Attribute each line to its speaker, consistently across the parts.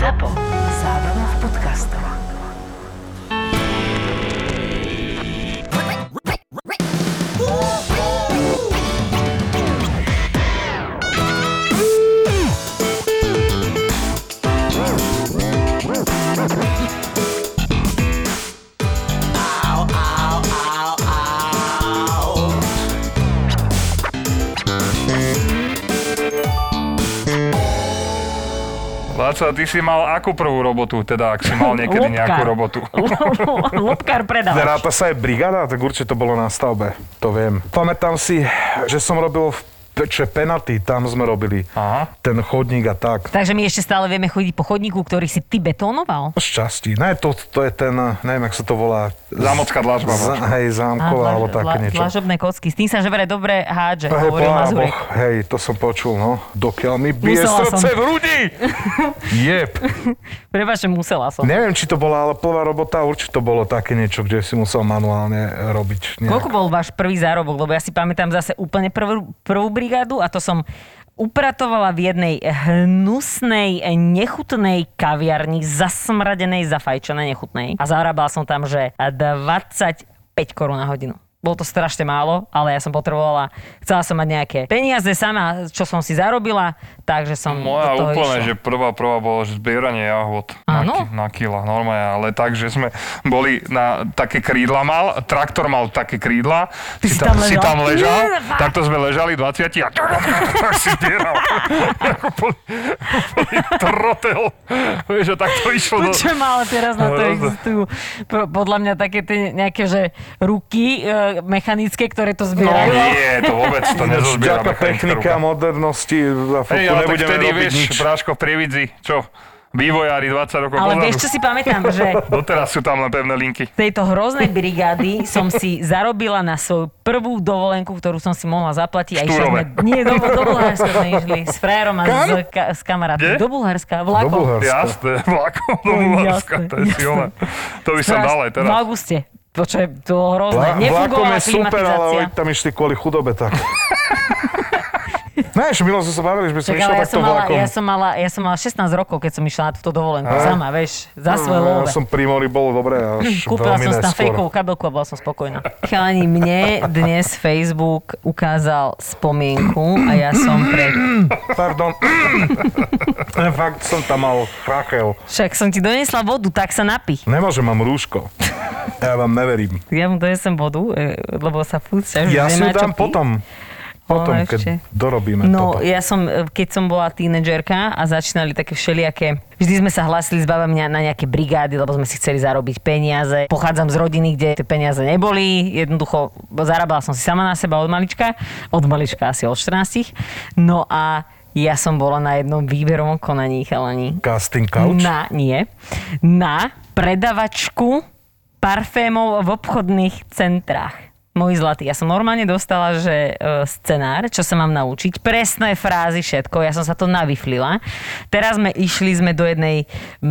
Speaker 1: ZAPO. Zábrná v podcastov.
Speaker 2: Laco, ty si mal akú prvú robotu, teda ak si mal niekedy
Speaker 3: Lopkár.
Speaker 2: nejakú robotu?
Speaker 3: Lopkár predal.
Speaker 4: Ráta sa aj brigáda, tak určite to bolo na stavbe, to viem. Pamätám si, že som robil v peče penaty, tam sme robili
Speaker 2: Aha.
Speaker 4: ten chodník a tak.
Speaker 3: Takže my ešte stále vieme chodiť po chodníku, ktorý si ty betónoval.
Speaker 4: Šťastí. Ne, to, to je ten, neviem, jak sa to volá.
Speaker 2: Zámocká dlažba.
Speaker 4: Z, hej, zámková, alebo také
Speaker 3: dla-
Speaker 4: niečo.
Speaker 3: Dlažobné kocky. S tým sa že vraj dobre hádže,
Speaker 4: Hej, po
Speaker 3: hovoril Mazurek.
Speaker 4: Araboch, hej, to som počul, no. Dokiaľ mi bije
Speaker 3: Musela
Speaker 4: srdce
Speaker 3: som.
Speaker 4: v hrudi! Jep.
Speaker 3: Prepač, že musela som.
Speaker 4: Neviem, či to bola, ale prvá robota určite to bolo také niečo, kde si musel manuálne robiť. nejak.
Speaker 3: Koľko bol váš prvý zárobok? Lebo ja si pamätám zase úplne prvú, prvú brigádu a to som upratovala v jednej hnusnej, nechutnej kaviarni, zasmradenej, zafajčenej, nechutnej. A zarábala som tam, že 25 korún na hodinu. Bolo to strašne málo, ale ja som potrebovala, chcela som mať nejaké peniaze sama, čo som si zarobila, takže som
Speaker 2: Moja
Speaker 3: do toho
Speaker 2: úplne,
Speaker 3: išla.
Speaker 2: že prvá, prvá bola že zbieranie jahod na,
Speaker 3: Áno.
Speaker 2: ki, na kila, normálne, ale tak, že sme boli na také krídla mal, traktor mal také krídla,
Speaker 3: Ty si tam
Speaker 2: si
Speaker 3: ležal?
Speaker 2: tam ležal,
Speaker 3: Jefa!
Speaker 2: takto sme ležali 20 a tak si zbieral. Ako boli, boli trotel. Vieš, a tak to išlo. do-
Speaker 3: Počujem, ale teraz na to
Speaker 2: Hrozné.
Speaker 3: existujú po- podľa mňa také tie nejaké, že ruky e, mechanické, ktoré to
Speaker 2: No
Speaker 3: zbierajú.
Speaker 2: nie, to vôbec to nezozbiera.
Speaker 4: Vďaka technika modernosti za
Speaker 2: Hej,
Speaker 4: hey,
Speaker 2: ale tak
Speaker 4: nebudeme
Speaker 2: vtedy,
Speaker 4: robiť
Speaker 2: vieš,
Speaker 4: nič.
Speaker 2: Bráško v Prievidzi, čo? Vývojári 20 rokov
Speaker 3: Ale
Speaker 2: pozadu.
Speaker 3: vieš, čo si pamätám, že
Speaker 2: Doteraz sú tam len pevné linky.
Speaker 3: tejto hroznej brigády som si zarobila na svoju prvú dovolenku, ktorú som si mohla zaplatiť. A išli
Speaker 2: Štúrove.
Speaker 3: sme, nie, do, do Bulharska sme išli s frajerom a s, ka, s kamarátmi.
Speaker 2: Kde?
Speaker 3: Do Bulharska,
Speaker 4: Do
Speaker 3: vlakom.
Speaker 4: Bulharska.
Speaker 2: Jasné, vlakom do
Speaker 3: No,
Speaker 2: Bulharska,
Speaker 3: jasné,
Speaker 2: to je
Speaker 3: jasné.
Speaker 2: silné. To by sa
Speaker 3: Strašne,
Speaker 2: dalo aj teraz.
Speaker 3: V auguste. Počujem, to bolo hrozné.
Speaker 4: Vla- Vlakom
Speaker 3: Nefungovala
Speaker 4: je super, ale
Speaker 3: klimatizácia.
Speaker 4: oni tam išli kvôli chudobe tak. Ne, ešte milo sme sa bavili, že by som
Speaker 3: Tak
Speaker 4: išiel
Speaker 3: ale ja
Speaker 4: takto
Speaker 3: som, mala,
Speaker 4: vlakom.
Speaker 3: ja, som mala, ja som mala 16 rokov, keď som išla na túto dovolenku.
Speaker 4: Aj.
Speaker 3: Sama, vieš, za svoje
Speaker 4: ja
Speaker 3: love.
Speaker 4: som pri mori bol dobre, až
Speaker 3: Hm, Kúpila
Speaker 4: veľmi
Speaker 3: som si tam
Speaker 4: neskôr.
Speaker 3: fejkovú kabelku a bola som spokojná. Chalani, mne dnes Facebook ukázal spomienku a ja som pre...
Speaker 4: Pardon. Fakt som tam mal krachel.
Speaker 3: Však som ti donesla vodu, tak sa napí.
Speaker 4: Nemôžem, mám rúško. Ja vám neverím.
Speaker 3: Ja mu donesem vodu, e, lebo sa furt sťažujem,
Speaker 4: Ja
Speaker 3: že
Speaker 4: si ju
Speaker 3: nemá čo
Speaker 4: dám
Speaker 3: piť.
Speaker 4: potom. Potom,
Speaker 3: Ona ešte.
Speaker 4: keď dorobíme
Speaker 3: No,
Speaker 4: toto.
Speaker 3: ja som, e, keď som bola tínedžerka a začínali také všelijaké, vždy sme sa hlásili s babami na, na nejaké brigády, lebo sme si chceli zarobiť peniaze. Pochádzam z rodiny, kde tie peniaze neboli, jednoducho zarábala som si sama na seba od malička, od malička asi od 14. No a ja som bola na jednom výberovom konaní, chalani.
Speaker 4: Casting couch.
Speaker 3: Na, nie. Na predavačku parfémov v obchodných centrách. Môj zlatý, ja som normálne dostala, že e, scenár, čo sa mám naučiť, presné frázy, všetko, ja som sa to navyflila. Teraz sme išli sme do jednej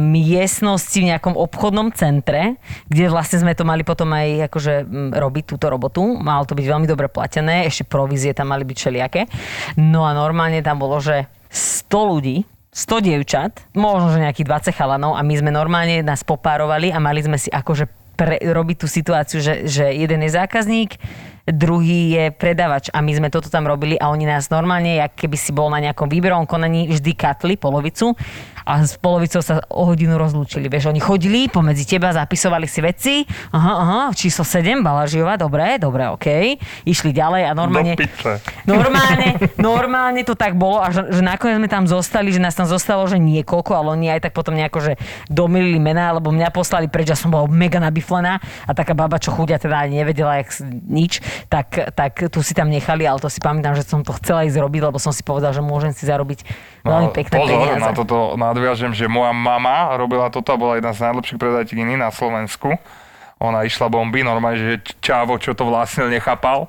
Speaker 3: miestnosti v nejakom obchodnom centre, kde vlastne sme to mali potom aj akože mm, robiť túto robotu. Malo to byť veľmi dobre platené, ešte provízie tam mali byť všelijaké. No a normálne tam bolo, že 100 ľudí 100 dievčat, možno že nejakých 20 chalanov a my sme normálne nás popárovali a mali sme si akože pre, robiť tú situáciu, že, že jeden je zákazník, druhý je predavač a my sme toto tam robili a oni nás normálne, jak keby si bol na nejakom výberovom konaní, vždy katli polovicu a s polovicou sa o hodinu rozlúčili. Vieš, oni chodili pomedzi teba, zapisovali si veci, aha, aha, číslo 7, Balažiova, dobre, dobre, okej. Išli ďalej a normálne...
Speaker 2: Do piče.
Speaker 3: Normálne, normálne to tak bolo a že, že nakoniec sme tam zostali, že nás tam zostalo, že niekoľko, ale oni aj tak potom nejako, že domilili mená, alebo mňa poslali preč a som bola mega nabiflená a taká baba, čo chudia teda ani nevedela jak s- nič, tak, tak tu si tam nechali, ale to si pamätám, že som to chcela ísť robiť, lebo som si povedal, že môžem si zarobiť veľmi pekné
Speaker 2: No, Pozor,
Speaker 3: peniaze.
Speaker 2: na toto nadviažem, že moja mama robila toto a bola jedna z najlepších predajkyní na Slovensku. Ona išla bomby, normálne, že Čávo, čo to vlastnil, vlastne nechápal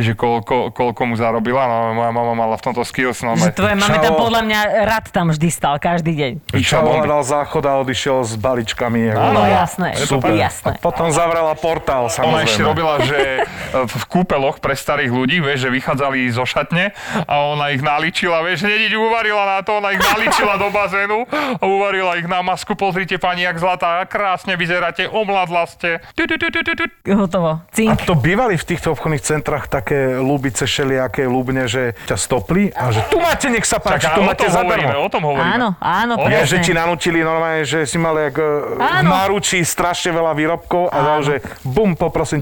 Speaker 2: že koľko, koľko mu zarobila, no moja mama mala v tomto skills, no
Speaker 3: Že tvoje máme tam
Speaker 4: Čau.
Speaker 3: podľa mňa rad tam vždy stal, každý deň.
Speaker 2: Išla
Speaker 4: Išla
Speaker 2: bomby.
Speaker 4: dal záchod a odišiel s balíčkami. ako-
Speaker 3: No jasné,
Speaker 4: Super.
Speaker 3: jasné.
Speaker 4: A potom zavrela portál,
Speaker 2: Ona ešte
Speaker 4: samozrejme.
Speaker 2: robila, že e, v kúpeloch pre starých ľudí, vieš, že vychádzali zo šatne a ona ich naličila, vieš, hneď ich uvarila na to, ona ich naličila do bazénu a uvarila ich na masku. Pozrite, pani, jak zlatá, krásne vyzeráte, omladla ste. Tu, tu, tu, tu, tu, tu.
Speaker 3: Hotovo.
Speaker 4: A
Speaker 3: Cink.
Speaker 4: to bývali v týchto obchodných centrách také ľubice šeliaké ľubne, že ťa stopli a že tu máte, nech sa páči,
Speaker 2: Tak, a
Speaker 4: tu
Speaker 2: o
Speaker 4: máte
Speaker 2: tom hovoríme,
Speaker 4: zadarmo.
Speaker 2: o tom hovoríme.
Speaker 3: Áno, áno,
Speaker 2: O,
Speaker 4: Ja,
Speaker 3: presne.
Speaker 4: že ti nanútili normálne, že si mal jak, e, v
Speaker 3: Áno.
Speaker 4: náručí strašne veľa výrobkov a dal, že bum, poprosím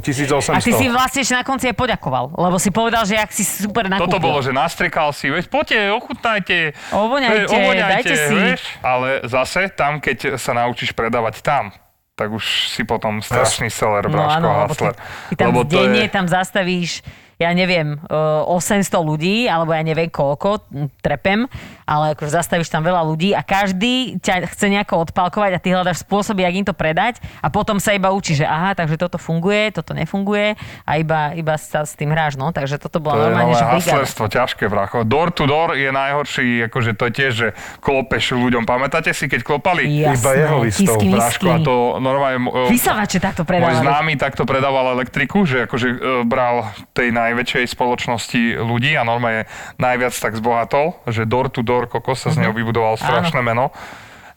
Speaker 3: A
Speaker 4: 1800.
Speaker 3: ty si vlastne ešte na konci aj poďakoval, lebo si povedal, že ak si super nakúpil.
Speaker 2: Toto bolo, že nastriekal si, vieš, poďte, ochutnajte,
Speaker 3: Ovoňajte,
Speaker 2: e,
Speaker 3: dajte si.
Speaker 2: vieš. Ale zase tam, keď sa naučíš predávať tam, tak už si potom strašný seller,
Speaker 3: No
Speaker 2: bráško,
Speaker 3: áno, lebo
Speaker 2: hasler.
Speaker 3: ty, ty tam lebo denne tam zastavíš ja neviem, e, 800 ľudí, alebo ja neviem koľko, m, trepem, ale akože zastavíš tam veľa ľudí a každý ťa chce nejako odpalkovať a ty hľadaš spôsoby, jak im to predať a potom sa iba učíš, že aha, takže toto funguje, toto nefunguje a iba, iba sa s tým hráš, no, takže toto
Speaker 2: To
Speaker 3: bola
Speaker 2: je ale
Speaker 3: normálne, že brigáda.
Speaker 2: haslerstvo, ťažké vracho. Door to door je najhorší, akože to je tiež, že klopeš ľuďom. Pamätáte si, keď klopali?
Speaker 3: Jasné,
Speaker 4: Iba jeho listov,
Speaker 3: tisky,
Speaker 2: Bráško a
Speaker 3: lisky.
Speaker 2: to normálne... e,
Speaker 3: Vysavače takto
Speaker 2: Môj
Speaker 3: predávali.
Speaker 2: známy takto predával elektriku, že akože e, bral tej najväčšej spoločnosti ľudí a normálne najviac tak zbohatol, že door to door kokos sa z neho vybudoval strašné meno.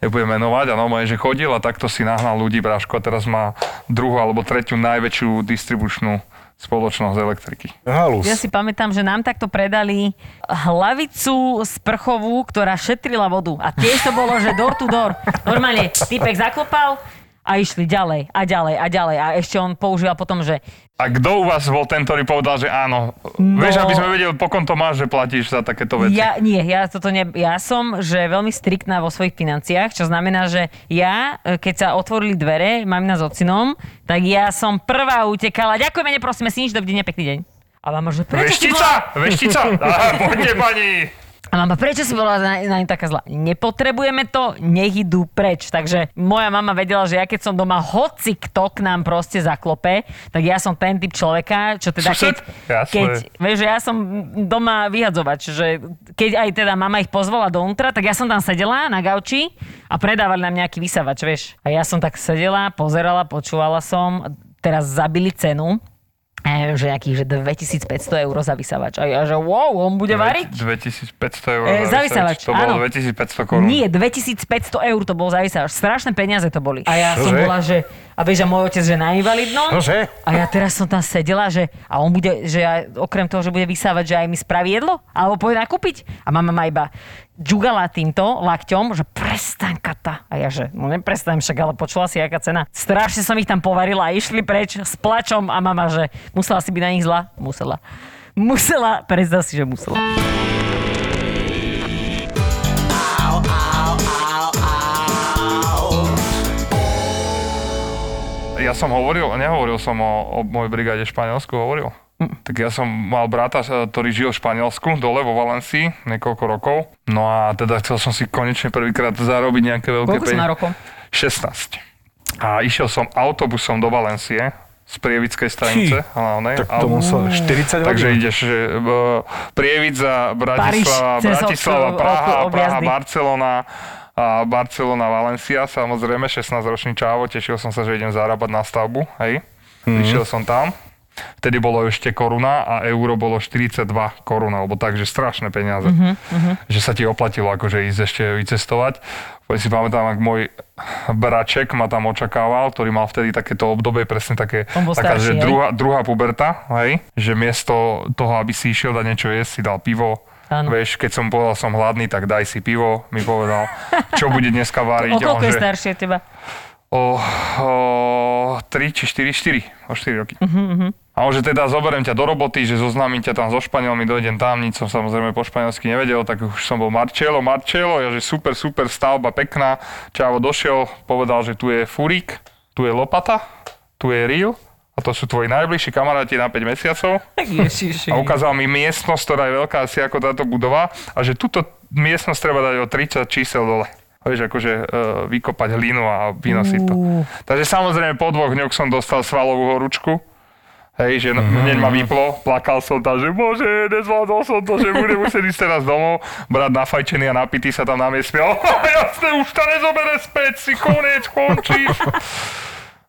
Speaker 2: Nebudem menovať a normálne, že chodil a takto si nahnal ľudí Bráško a teraz má druhú alebo tretiu najväčšiu distribučnú spoločnosť elektriky.
Speaker 4: Halus.
Speaker 3: Ja si pamätám, že nám takto predali hlavicu sprchovú, ktorá šetrila vodu. A tiež to bolo, že door to door. Normálne, typek zaklopal a išli ďalej a ďalej a ďalej. A ešte on používal potom, že
Speaker 2: A kto u vás bol ten, ktorý povedal, že áno?
Speaker 3: No.
Speaker 2: Vieš, aby sme vedeli, po kom to máš, že platíš za takéto veci.
Speaker 3: ja, nie, ja toto ne, ja som, že veľmi striktná vo svojich financiách, čo znamená, že ja, e, keď sa otvorili dvere, mám nás s ocinom, tak ja som prvá utekala. Ďakujeme, neprosíme si nič, dobrý deň, pekný deň. A mama, že prečo si bola-
Speaker 2: Veštica! Veštica! Á, poďte, pani!
Speaker 3: A mama, prečo si bola na, na ňu taká zlá? Nepotrebujeme to, nech idú preč. Takže moja mama vedela, že ja keď som doma, hoci kto k nám proste zaklope, tak ja som ten typ človeka, čo teda
Speaker 2: Sused?
Speaker 3: keď,
Speaker 2: Jasné.
Speaker 3: keď vieš, že ja som doma vyhadzovač, že keď aj teda mama ich pozvala dovnútra, tak ja som tam sedela na gauči a predávali nám nejaký vysavač, vieš. A ja som tak sedela, pozerala, počúvala som, teraz zabili cenu, eh, že nejakých že 2500 eur za vysavač. A ja že wow, on bude variť?
Speaker 2: 2500 eur.
Speaker 3: E, za vysavač,
Speaker 2: To bolo
Speaker 3: áno.
Speaker 2: 2500 korún.
Speaker 3: Nie, 2500 eur to bol za vysávač. Strašné peniaze to boli. A ja
Speaker 4: Čože?
Speaker 3: som bola, že... A vieš, a môj otec, že na invalidnom.
Speaker 4: Čože?
Speaker 3: A ja teraz som tam sedela, že... A on bude, že ja, okrem toho, že bude vysávať, že aj mi spraví jedlo? Alebo pôjde nakúpiť? A mama ma iba džugala týmto lakťom, že prestaň kata. A ja že, no neprestaň však, ale počula si, aká cena. Strašne som ich tam povarila a išli preč s plačom a mama, že musela si byť na nich zla? Musela. Musela, predstav si, že musela.
Speaker 2: Ja som hovoril, nehovoril som o, o mojej brigáde v Španielsku, hovoril.
Speaker 3: Hm.
Speaker 2: Tak ja som mal brata, e, ktorý žil v Španielsku, dole vo Valencii, niekoľko rokov. No a teda chcel som si konečne prvýkrát zarobiť nejaké veľké
Speaker 3: Koľko si má rokov?
Speaker 2: 16. A išiel som autobusom do Valencie z Prievickej stanice hlavnej.
Speaker 4: Tak
Speaker 2: A-
Speaker 4: to musel 40
Speaker 2: Takže
Speaker 4: hodín.
Speaker 2: ideš že, v- Prievidza, Bratislava,
Speaker 3: Paríž, cez
Speaker 2: Bratislava,
Speaker 3: okolo-
Speaker 2: Praha,
Speaker 3: okolo
Speaker 2: Praha,
Speaker 3: objazdy.
Speaker 2: Barcelona, a Barcelona, Valencia, samozrejme, 16-ročný čávo, tešil som sa, že idem zarábať na stavbu, hej. Išiel som tam, vtedy bolo ešte koruna a euro bolo 42 korun, alebo tak, že strašné peniaze.
Speaker 3: Mhm,
Speaker 2: Že sa ti oplatilo akože ísť ešte vycestovať. Bo si pamätám, ak môj braček ma tam očakával, ktorý mal vtedy takéto obdobie, presne také,
Speaker 3: On bol
Speaker 2: taká, že
Speaker 3: starší, hej?
Speaker 2: druhá, druhá puberta, hej? že miesto toho, aby si išiel dať niečo jesť, si dal pivo.
Speaker 3: Áno.
Speaker 2: Vieš, keď som povedal, som hladný, tak daj si pivo, mi povedal, čo bude dneska váriť.
Speaker 3: O
Speaker 2: a on,
Speaker 3: koľko je
Speaker 2: že
Speaker 3: staršie od teba?
Speaker 2: O, o 3 či 4, 4, o 4 roky. A on, že teda zoberiem ťa do roboty, že zoznámim ťa tam so Španielmi, dojdem tam, nič som samozrejme po španielsky nevedel, tak už som bol Marcello, Marcello, ja že super, super, stavba pekná. Čavo došiel, povedal, že tu je furík, tu je lopata, tu je ril a to sú tvoji najbližší kamaráti na 5 mesiacov. A
Speaker 3: Ježiši.
Speaker 2: ukázal mi miestnosť, ktorá je veľká asi ako táto budova a že túto miestnosť treba dať o 30 čísel dole. Vieš, akože e, vykopať hlinu a vynosiť to. Takže samozrejme po dvoch dňoch som dostal svalovú horúčku Hej, že mm-hmm. hneď ma vyplo, plakal som tam, že bože, nezvládol som to, že budem musieť ísť teraz domov. Brat nafajčený a napitý sa tam na mne smial. Jasne, už to nezobere späť, si koniec, končíš.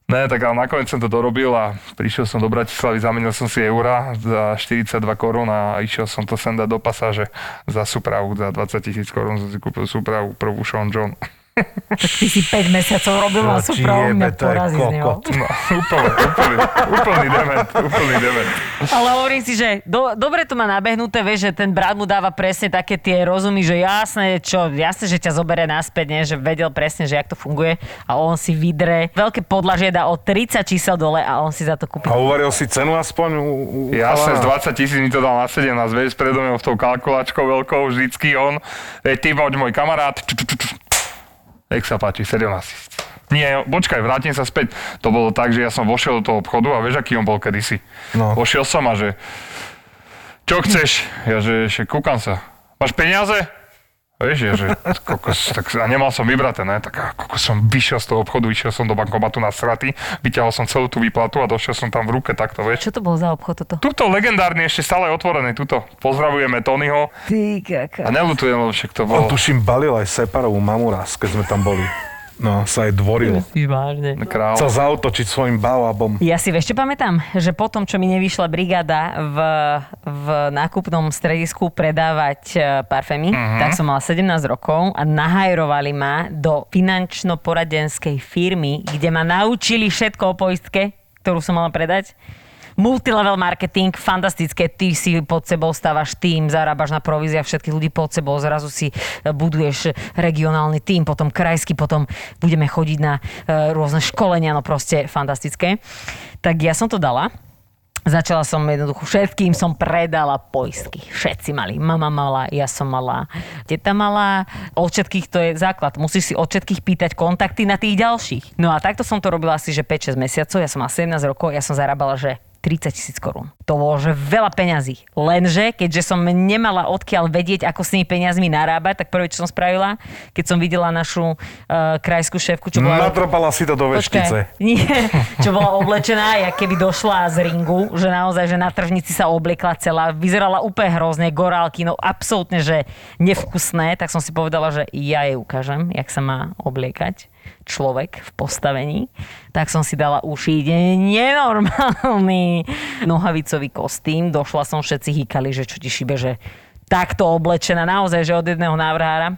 Speaker 2: Ne, tak ale nakoniec som to dorobil a prišiel som do Bratislavy, zamenil som si eura za 42 korún a išiel som to sem dať do pasáže za súpravu, za 20 tisíc korún som si kúpil súpravu prvú Sean John.
Speaker 3: Tak ty si 5 mesiacov robil na
Speaker 4: Čo
Speaker 3: súpravu, mňa
Speaker 4: tiebe, No, to je
Speaker 3: porazí z neho.
Speaker 4: kokot.
Speaker 2: No, úplne, úplný, úplný dement, úplný dement.
Speaker 3: Ale hovorím si, že do, dobre to má nabehnuté, vieš, že ten brat mu dáva presne také tie rozumy, že jasné, čo, jasné, že ťa zoberie naspäť, nie? že vedel presne, že jak to funguje a on si vydre veľké podlažie dá o 30 čísel dole a on si za to kúpi.
Speaker 4: A uvaril si cenu aspoň? U, u, u
Speaker 2: Jasne, z 20
Speaker 4: chalana?
Speaker 2: tisíc mi to dal na 17, vieš, predo mnou s tou kalkulačkou veľkou, vždycky on, e, ty poď môj kamarát, ču, ču, ču, ču. nech sa páči, 17 tisíc. Nie, počkaj, vrátim sa späť. To bolo tak, že ja som vošiel do toho obchodu a vieš, aký on bol kedysi.
Speaker 4: No.
Speaker 2: Vošiel som a že, čo chceš? Ja že, že kúkam sa. Máš peniaze? Vieš, ja, že kokos, tak, a nemal som vybraté, ne? Tak a kokos som vyšiel z toho obchodu, išiel som do bankomatu na straty, vyťahol som celú tú výplatu a došiel som tam v ruke takto, vieš.
Speaker 3: Čo to bol za obchod toto?
Speaker 2: Tuto legendárne ešte stále otvorené, tuto. Pozdravujeme Tonyho
Speaker 3: Ty
Speaker 2: a
Speaker 3: kaka.
Speaker 2: nelutujem, lebo však to bolo
Speaker 4: On tuším balil aj Separovú mamu raz, keď sme tam boli. No, sa aj dvoril.
Speaker 3: Ty vážne.
Speaker 2: král.
Speaker 4: Chcel zautočiť svojim baobabom.
Speaker 3: Ja si ešte pamätám, že potom, čo mi nevyšla brigáda v, v nákupnom stredisku predávať e, parfémy, uh-huh. tak som mala 17 rokov a nahajrovali ma do finančno-poradenskej firmy, kde ma naučili všetko o poistke, ktorú som mala predať. Multilevel marketing, fantastické, ty si pod sebou stávaš tým, zarábaš na provízia všetkých ľudí pod sebou, zrazu si e, buduješ regionálny tým, potom krajský, potom budeme chodiť na e, rôzne školenia, no proste fantastické. Tak ja som to dala. Začala som jednoducho, všetkým som predala poistky. Všetci mali. Mama mala, ja som mala, teta mala. Od všetkých to je základ. Musíš si od všetkých pýtať kontakty na tých ďalších. No a takto som to robila asi, že 5-6 mesiacov. Ja som mala 17 rokov, ja som zarábala, že 30 tisíc korún. To bolo, že veľa peňazí. Lenže, keďže som nemala odkiaľ vedieť, ako s tými peniazmi narábať, tak prvé, čo som spravila, keď som videla našu uh, krajskú šéfku, čo bola...
Speaker 4: Natropala si to do veštice.
Speaker 3: Počkaj, nie, čo bola oblečená, ja keby došla z ringu, že naozaj, že na tržnici sa obliekla celá, vyzerala úplne hrozne, gorálky, no absolútne, že nevkusné, tak som si povedala, že ja jej ukážem, jak sa má obliekať človek v postavení, tak som si dala ušiť nenormálny nohavicový kostým. Došla som, všetci hýkali, že čo ti šibe, že takto oblečená, naozaj, že od jedného návrhára.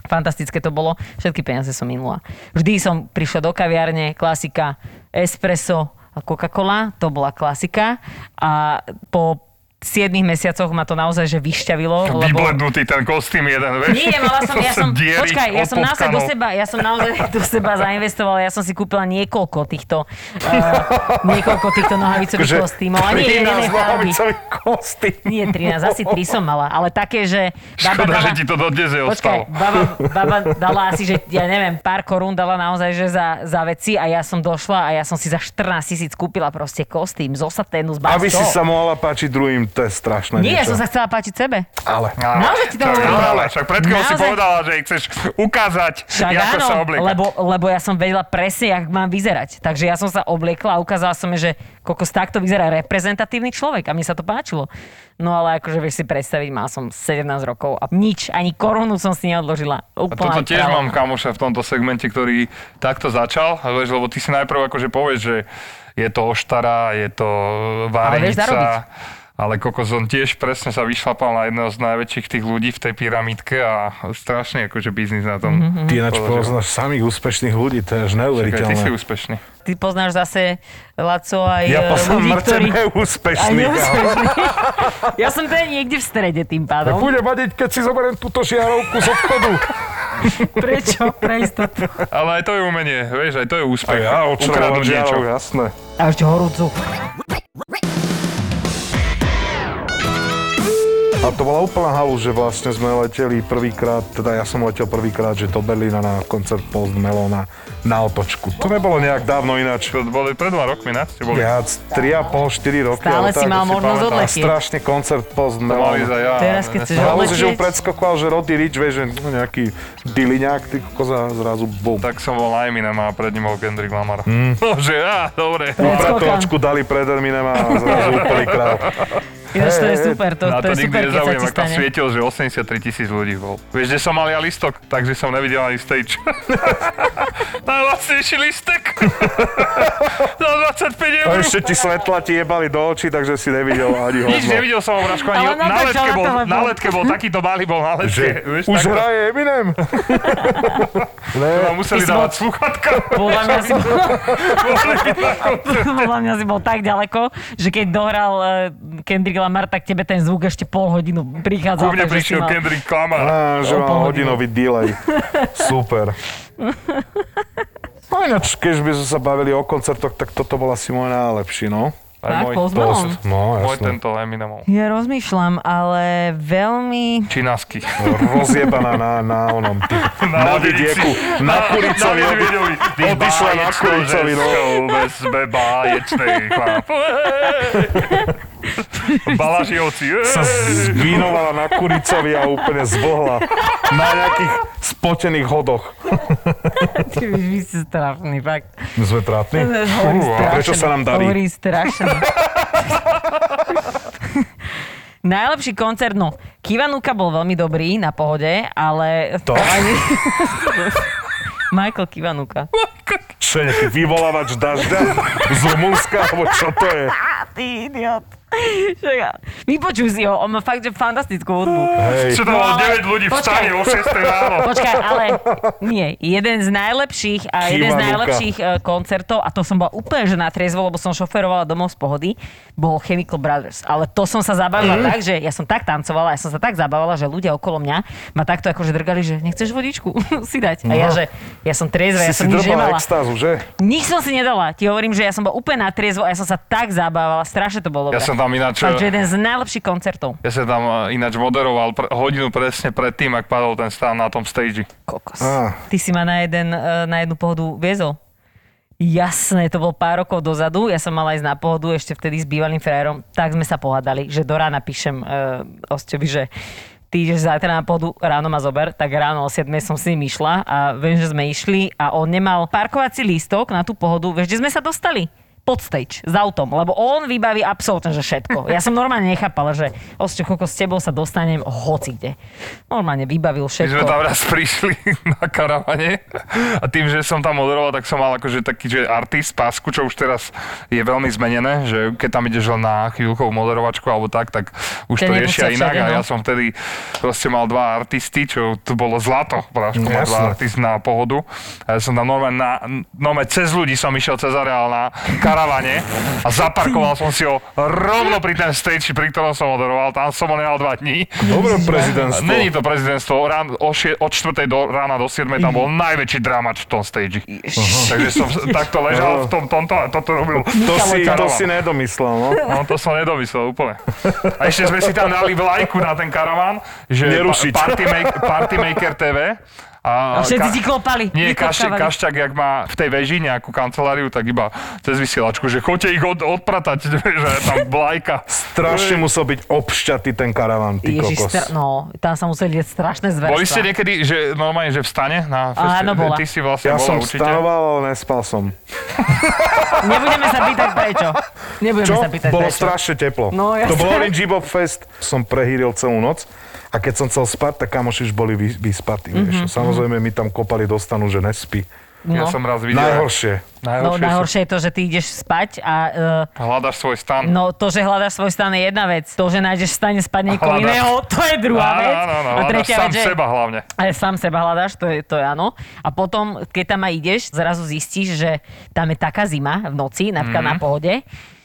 Speaker 3: Fantastické to bolo, všetky peniaze som minula. Vždy som prišla do kaviárne, klasika, espresso a Coca-Cola, to bola klasika. A po 7 mesiacoch ma to naozaj že vyšťavilo, lebo...
Speaker 2: Vyblednutý ten kostým jeden, vieš.
Speaker 3: Nie, mala som,
Speaker 2: To sa
Speaker 3: ja som,
Speaker 2: dierí
Speaker 3: počkaj, ja som naozaj do
Speaker 2: odpotkanou.
Speaker 3: seba, ja som naozaj do seba zainvestovala, ja som si kúpila niekoľko týchto, uh, niekoľko týchto nohavicových
Speaker 4: Akože
Speaker 3: kostýmov. A nie, nie, nie,
Speaker 4: 13
Speaker 3: nie,
Speaker 4: nohavicový kostým.
Speaker 3: nie, 13, asi 3 som mala, ale také, že... baba
Speaker 2: Škoda,
Speaker 3: dala-
Speaker 2: že ti to dodnes je ostalo.
Speaker 3: Počkaj, baba, baba dala asi, že ja neviem, pár korún dala naozaj, že za, za veci a ja som došla a ja som si za 14 tisíc kúpila proste kostým zo saténu z
Speaker 4: Aby
Speaker 3: Bastou.
Speaker 4: si sa mohla páčiť druhým, to je strašné
Speaker 3: Nie, ja
Speaker 4: niečo.
Speaker 3: som sa chcela páčiť sebe.
Speaker 4: Ale.
Speaker 2: Á,
Speaker 3: Naozaj ti to
Speaker 2: tak
Speaker 3: hovorím.
Speaker 2: Ale však pred chvíľou si
Speaker 3: Naozaj.
Speaker 2: povedala, že jej chceš ukázať,
Speaker 3: Však
Speaker 2: ako
Speaker 3: áno,
Speaker 2: sa obliekať.
Speaker 3: lebo, lebo ja som vedela presne, jak mám vyzerať. Takže ja som sa obliekla a ukázala som, jej, že kokos takto vyzerá reprezentatívny človek a mne sa to páčilo. No ale akože vieš si predstaviť, mal som 17 rokov a nič, ani korunu som si
Speaker 2: A
Speaker 3: neodložila. Úplne
Speaker 2: toto tiež mám kamoša v tomto segmente, ktorý takto začal, a vieš, lebo ty si najprv akože povieš, že je to oštara, je to
Speaker 3: vieš zarobiť.
Speaker 2: varenica, ale kokos, on tiež presne sa vyšlapal na jedného z najväčších tých ľudí v tej pyramídke a strašne akože biznis na tom.
Speaker 3: Mhm.
Speaker 2: Mm-hmm.
Speaker 4: Ty ináč poznáš samých úspešných ľudí, to je až
Speaker 2: Ty si
Speaker 4: neuveriteľné.
Speaker 2: úspešný.
Speaker 3: Ty poznáš zase, Laco, aj
Speaker 4: Ja
Speaker 3: e,
Speaker 4: poznám
Speaker 3: ľudí,
Speaker 4: mŕtve
Speaker 3: ktorí... Aj
Speaker 4: neúspešných.
Speaker 3: neúspešný. ja som teda niekde v strede tým
Speaker 4: Ja
Speaker 2: No
Speaker 3: pádom.
Speaker 4: Budem vadiť, keď si zoberiem túto žiarovku z obchodu.
Speaker 3: Prečo? Pre istotu.
Speaker 2: Ale aj to je umenie, vieš, aj to je
Speaker 4: A
Speaker 2: úspech.
Speaker 4: ja
Speaker 2: Ukradnúť
Speaker 4: odčarovať
Speaker 2: niečo.
Speaker 4: žiarov, jasné.
Speaker 3: A ešte horúcu.
Speaker 4: A to bola úplná halu, že vlastne sme leteli prvýkrát, teda ja som letel prvýkrát, že do Berlína na koncert Post Melona na otočku. To nebolo nejak dávno ináč.
Speaker 2: To boli pred dva rokmi, ne? Ste boli.
Speaker 4: Viac, 3,5, 4 roky.
Speaker 3: Stále
Speaker 4: ale
Speaker 3: si
Speaker 4: tak,
Speaker 3: mal
Speaker 2: si
Speaker 3: možnosť
Speaker 2: pamätám.
Speaker 4: a
Speaker 3: odletieť.
Speaker 4: strašne koncert Post
Speaker 2: To mali za
Speaker 4: Melona.
Speaker 2: ja.
Speaker 3: Teraz, keď chceš
Speaker 4: Ale
Speaker 3: odletieť.
Speaker 4: že ho predskokoval, že Roddy Rich, vieš, že no, nejaký dyliňák, ty koza zrazu bum.
Speaker 2: Tak som bol na Eminem a pred ním bol Kendrick Lamar. Mm. No, že á, dobre.
Speaker 3: No,
Speaker 4: Pratočku dali pred Eminem a zrazu úplný král.
Speaker 3: Ináč to je
Speaker 4: Hej, hej,
Speaker 3: super, to,
Speaker 2: Na
Speaker 3: to
Speaker 2: to nikdy
Speaker 3: je super, keď sa
Speaker 2: nezaujem,
Speaker 3: ti
Speaker 2: ak tam
Speaker 3: stane.
Speaker 2: svietil, že 83 tisíc ľudí bol. Vieš, že som mal ja listok, takže som nevidel ani stage. Najlacnejší listek. Za 25 eur.
Speaker 4: A ešte ti svetla ti jebali do očí, takže si nevidel ani
Speaker 2: Nič
Speaker 4: hovno.
Speaker 2: nevidel som obražku, ani
Speaker 3: Ale
Speaker 2: na
Speaker 3: natáčal
Speaker 2: letke
Speaker 3: na
Speaker 2: bol,
Speaker 3: telefón.
Speaker 2: na letke bol takýto malý bol na letke. Vieš,
Speaker 4: Už
Speaker 2: takto.
Speaker 4: hraje Eminem. ne,
Speaker 2: Tam museli
Speaker 3: Ty si
Speaker 2: dávať
Speaker 3: bol-
Speaker 2: sluchatka.
Speaker 3: Podľa mňa, si bol, podľa mňa si bol tak ďaleko, že keď dohral eh, Kendrick Lamar, tak tebe ten zvuk ešte pol hodinu prichádzal.
Speaker 2: Ku mne
Speaker 3: takže si
Speaker 2: prišiel
Speaker 3: mal-
Speaker 2: Kendrick Lamar.
Speaker 4: á, že
Speaker 3: O pol
Speaker 4: mám
Speaker 3: hodinu.
Speaker 4: hodinový delay. Super. No ináč, keď by sme sa bavili o koncertoch, tak toto bol asi môj najlepší, no.
Speaker 2: Aj
Speaker 3: Tak,
Speaker 2: môj-
Speaker 3: Post
Speaker 4: To
Speaker 3: Malone.
Speaker 4: si- No,
Speaker 2: Môj
Speaker 4: jasné.
Speaker 2: tento Eminemov.
Speaker 3: Ja rozmýšľam, ale veľmi...
Speaker 2: Činasky.
Speaker 4: Rozjebaná na, na onom, ty, na, vidieku, na kuricovi,
Speaker 2: na
Speaker 4: obi-
Speaker 2: vidiekovi. Ty
Speaker 4: odišla na
Speaker 2: báječnou
Speaker 4: kuricovi, no.
Speaker 2: ženskou, Vezme báječnej chlap. Balažiovci.
Speaker 4: sa zvínovala na kuricovi a úplne zbohla na nejakých spotených hodoch.
Speaker 3: Ty vy, vy ste strašný, fakt.
Speaker 4: My sme trápni?
Speaker 3: Hovorím
Speaker 4: Fú, a
Speaker 3: strašne.
Speaker 4: prečo sa nám darí?
Speaker 3: Hovorím strašne. Najlepší koncert, no, Kivanuka bol veľmi dobrý, na pohode, ale...
Speaker 4: To?
Speaker 3: Michael Kivanuka.
Speaker 4: Čo je nejaký vyvolávač dažďa z Rumunska, alebo čo to je?
Speaker 3: Ty idiot. Čo ja- Vypočuj si ho, on má fakt, že fantastickú hudbu.
Speaker 2: Čo
Speaker 4: Hej,
Speaker 2: tam
Speaker 3: No,
Speaker 2: bolo
Speaker 3: ale-
Speaker 2: 9 ľudí v
Speaker 3: počkaj.
Speaker 2: stane o 6 ráno.
Speaker 3: Počkaj, ale nie, jeden z najlepších a jeden z
Speaker 4: Kivanuka.
Speaker 3: najlepších e, koncertov, a to som bola úplne že natriezvo, lebo som šoferovala domov z pohody, bol Chemical Brothers. Ale to som sa zabavila
Speaker 4: Mhm.
Speaker 3: tak, že ja som tak tancovala, ja som sa tak zabavila, že ľudia okolo mňa ma takto akože drgali, že nechceš vodičku si dať. A ja,
Speaker 4: No.
Speaker 3: že ja som triezva, ja
Speaker 4: si si
Speaker 3: som nič nemala.
Speaker 4: drbala extázu, že?
Speaker 3: Nič som si nedala. Ti hovorím, že ja som bola úplne natriezvo a ja som sa tak zabávala. Strašne to bolo
Speaker 2: Ja
Speaker 3: dobré.
Speaker 2: som tam ináč-
Speaker 3: Fakt, že jeden z najlepších koncertov.
Speaker 2: Ja sa tam eh, ináč moderoval pr- hodinu presne pred tým, ak padol ten stán na tom stage.
Speaker 3: Kokos.
Speaker 4: Á.
Speaker 3: Ty si ma na, jeden, eh, na jednu pohodu viezol. Jasné, to bol pár rokov dozadu, ja som mala ísť na pohodu ešte vtedy s bývalým frajerom, tak sme sa pohádali, že do rána píšem uh, Osťovi, že ty ideš zajtra na pohodu, ráno ma zober, tak ráno o 7 som s ním išla a viem, že sme išli a on nemal parkovací lístok na tú pohodu, vieš, kde sme sa dostali? pod stage s autom, lebo on vybaví absolútne že všetko. Ja som normálne nechápala, že Osťo, koko, s tebou sa dostanem hoci kde. Normálne
Speaker 2: My
Speaker 3: vybavil všetko.
Speaker 2: sme tam raz prišli na karavane a tým, že som tam moderoval, tak som mal akože taký, že artist pásku, čo už teraz je veľmi zmenené, že keď tam ideš len na chvíľkovú moderovačku alebo tak, tak už
Speaker 3: Ťa
Speaker 2: to
Speaker 3: nepustia
Speaker 2: riešia inak
Speaker 3: všade, no.
Speaker 2: a ja som vtedy proste mal dva artisty, čo to bolo zlato, prášku, mal
Speaker 4: Jasné.
Speaker 2: dva artisty na pohodu a ja som tam normálne, na, normálne cez ľudí som išiel cez areál na karavane a zaparkoval som si ho rovno pri ten stage, pri ktorom som moderoval, tam som ho nehal dva dní. A
Speaker 4: Dobre prezidentstvo.
Speaker 2: Není to prezidentstvo. Rán, o šie, od 4. do rána do 7. tam
Speaker 4: Mhm.
Speaker 2: bol najväčší dramač v tom stage. Takže som s- takto ležal v tom tomto a toto robil.
Speaker 4: To si, to
Speaker 2: Karavan.
Speaker 4: si nedomyslel, no.
Speaker 2: No to som nedomyslel úplne. A ešte sme si tam dali vlajku na ten karaván, že
Speaker 4: Nerušiť.
Speaker 2: party, make, party Maker TV.
Speaker 3: A všetci ti klopali,
Speaker 2: Nie, Kašťa-
Speaker 3: vyklopkávali.
Speaker 2: Kašťák, jak má v tej veži nejakú kanceláriu, tak iba cez vysielačku, že chodte ich od, odpratať, že je tam vlajka.
Speaker 4: Strašne musel byť obšťatý ten karavan, ty
Speaker 3: Ježiš,
Speaker 4: kokos.
Speaker 3: stra... no, tam sa museli dieť strašné zverstva.
Speaker 2: Boli ste niekedy, že normálne, že vstane na feste?
Speaker 3: Áno, bola.
Speaker 2: Ty si vlastne
Speaker 4: Ja
Speaker 2: bola
Speaker 4: som
Speaker 2: určite.
Speaker 4: stanoval, ale nespal som.
Speaker 3: Nebudeme sa pýtať prečo. Nebudeme
Speaker 4: Čo?
Speaker 3: sa pýtať
Speaker 4: Bolo
Speaker 3: prečo.
Speaker 4: strašne teplo.
Speaker 3: No, ja
Speaker 4: to bol
Speaker 3: sa-
Speaker 4: Orange Bob Fest. Som prehýril celú noc a keď som chcel spať, tak kamoši už boli vy, vyspatí.
Speaker 3: Mhm,
Speaker 4: Mm-hmm, Samozrejme, mi tam kopali do stanu, že nespí.
Speaker 2: Ja
Speaker 3: No.
Speaker 2: som raz videl.
Speaker 4: Najhoršie.
Speaker 3: No
Speaker 2: Najhoršie, najhoršie.
Speaker 3: najhoršie je to, že ty ideš spať a
Speaker 2: Som, hľadaš svoj stan.
Speaker 3: uh, no to, že hľadáš svoj stan je jedna vec. To, že nájdeš v stane spať niekoho
Speaker 2: Hľadáš-
Speaker 3: iného, to je druhá vec.
Speaker 2: Áno, áno,
Speaker 3: a
Speaker 2: hľadaš
Speaker 3: tretia
Speaker 2: sám
Speaker 3: vec, že...
Speaker 2: seba hlavne.
Speaker 3: Ale sám seba hľadáš, to je, to je áno. A potom, keď tam aj ideš, zrazu zistíš, že tam je taká zima v noci, napríklad
Speaker 2: Mhm.
Speaker 3: mm. na pohode,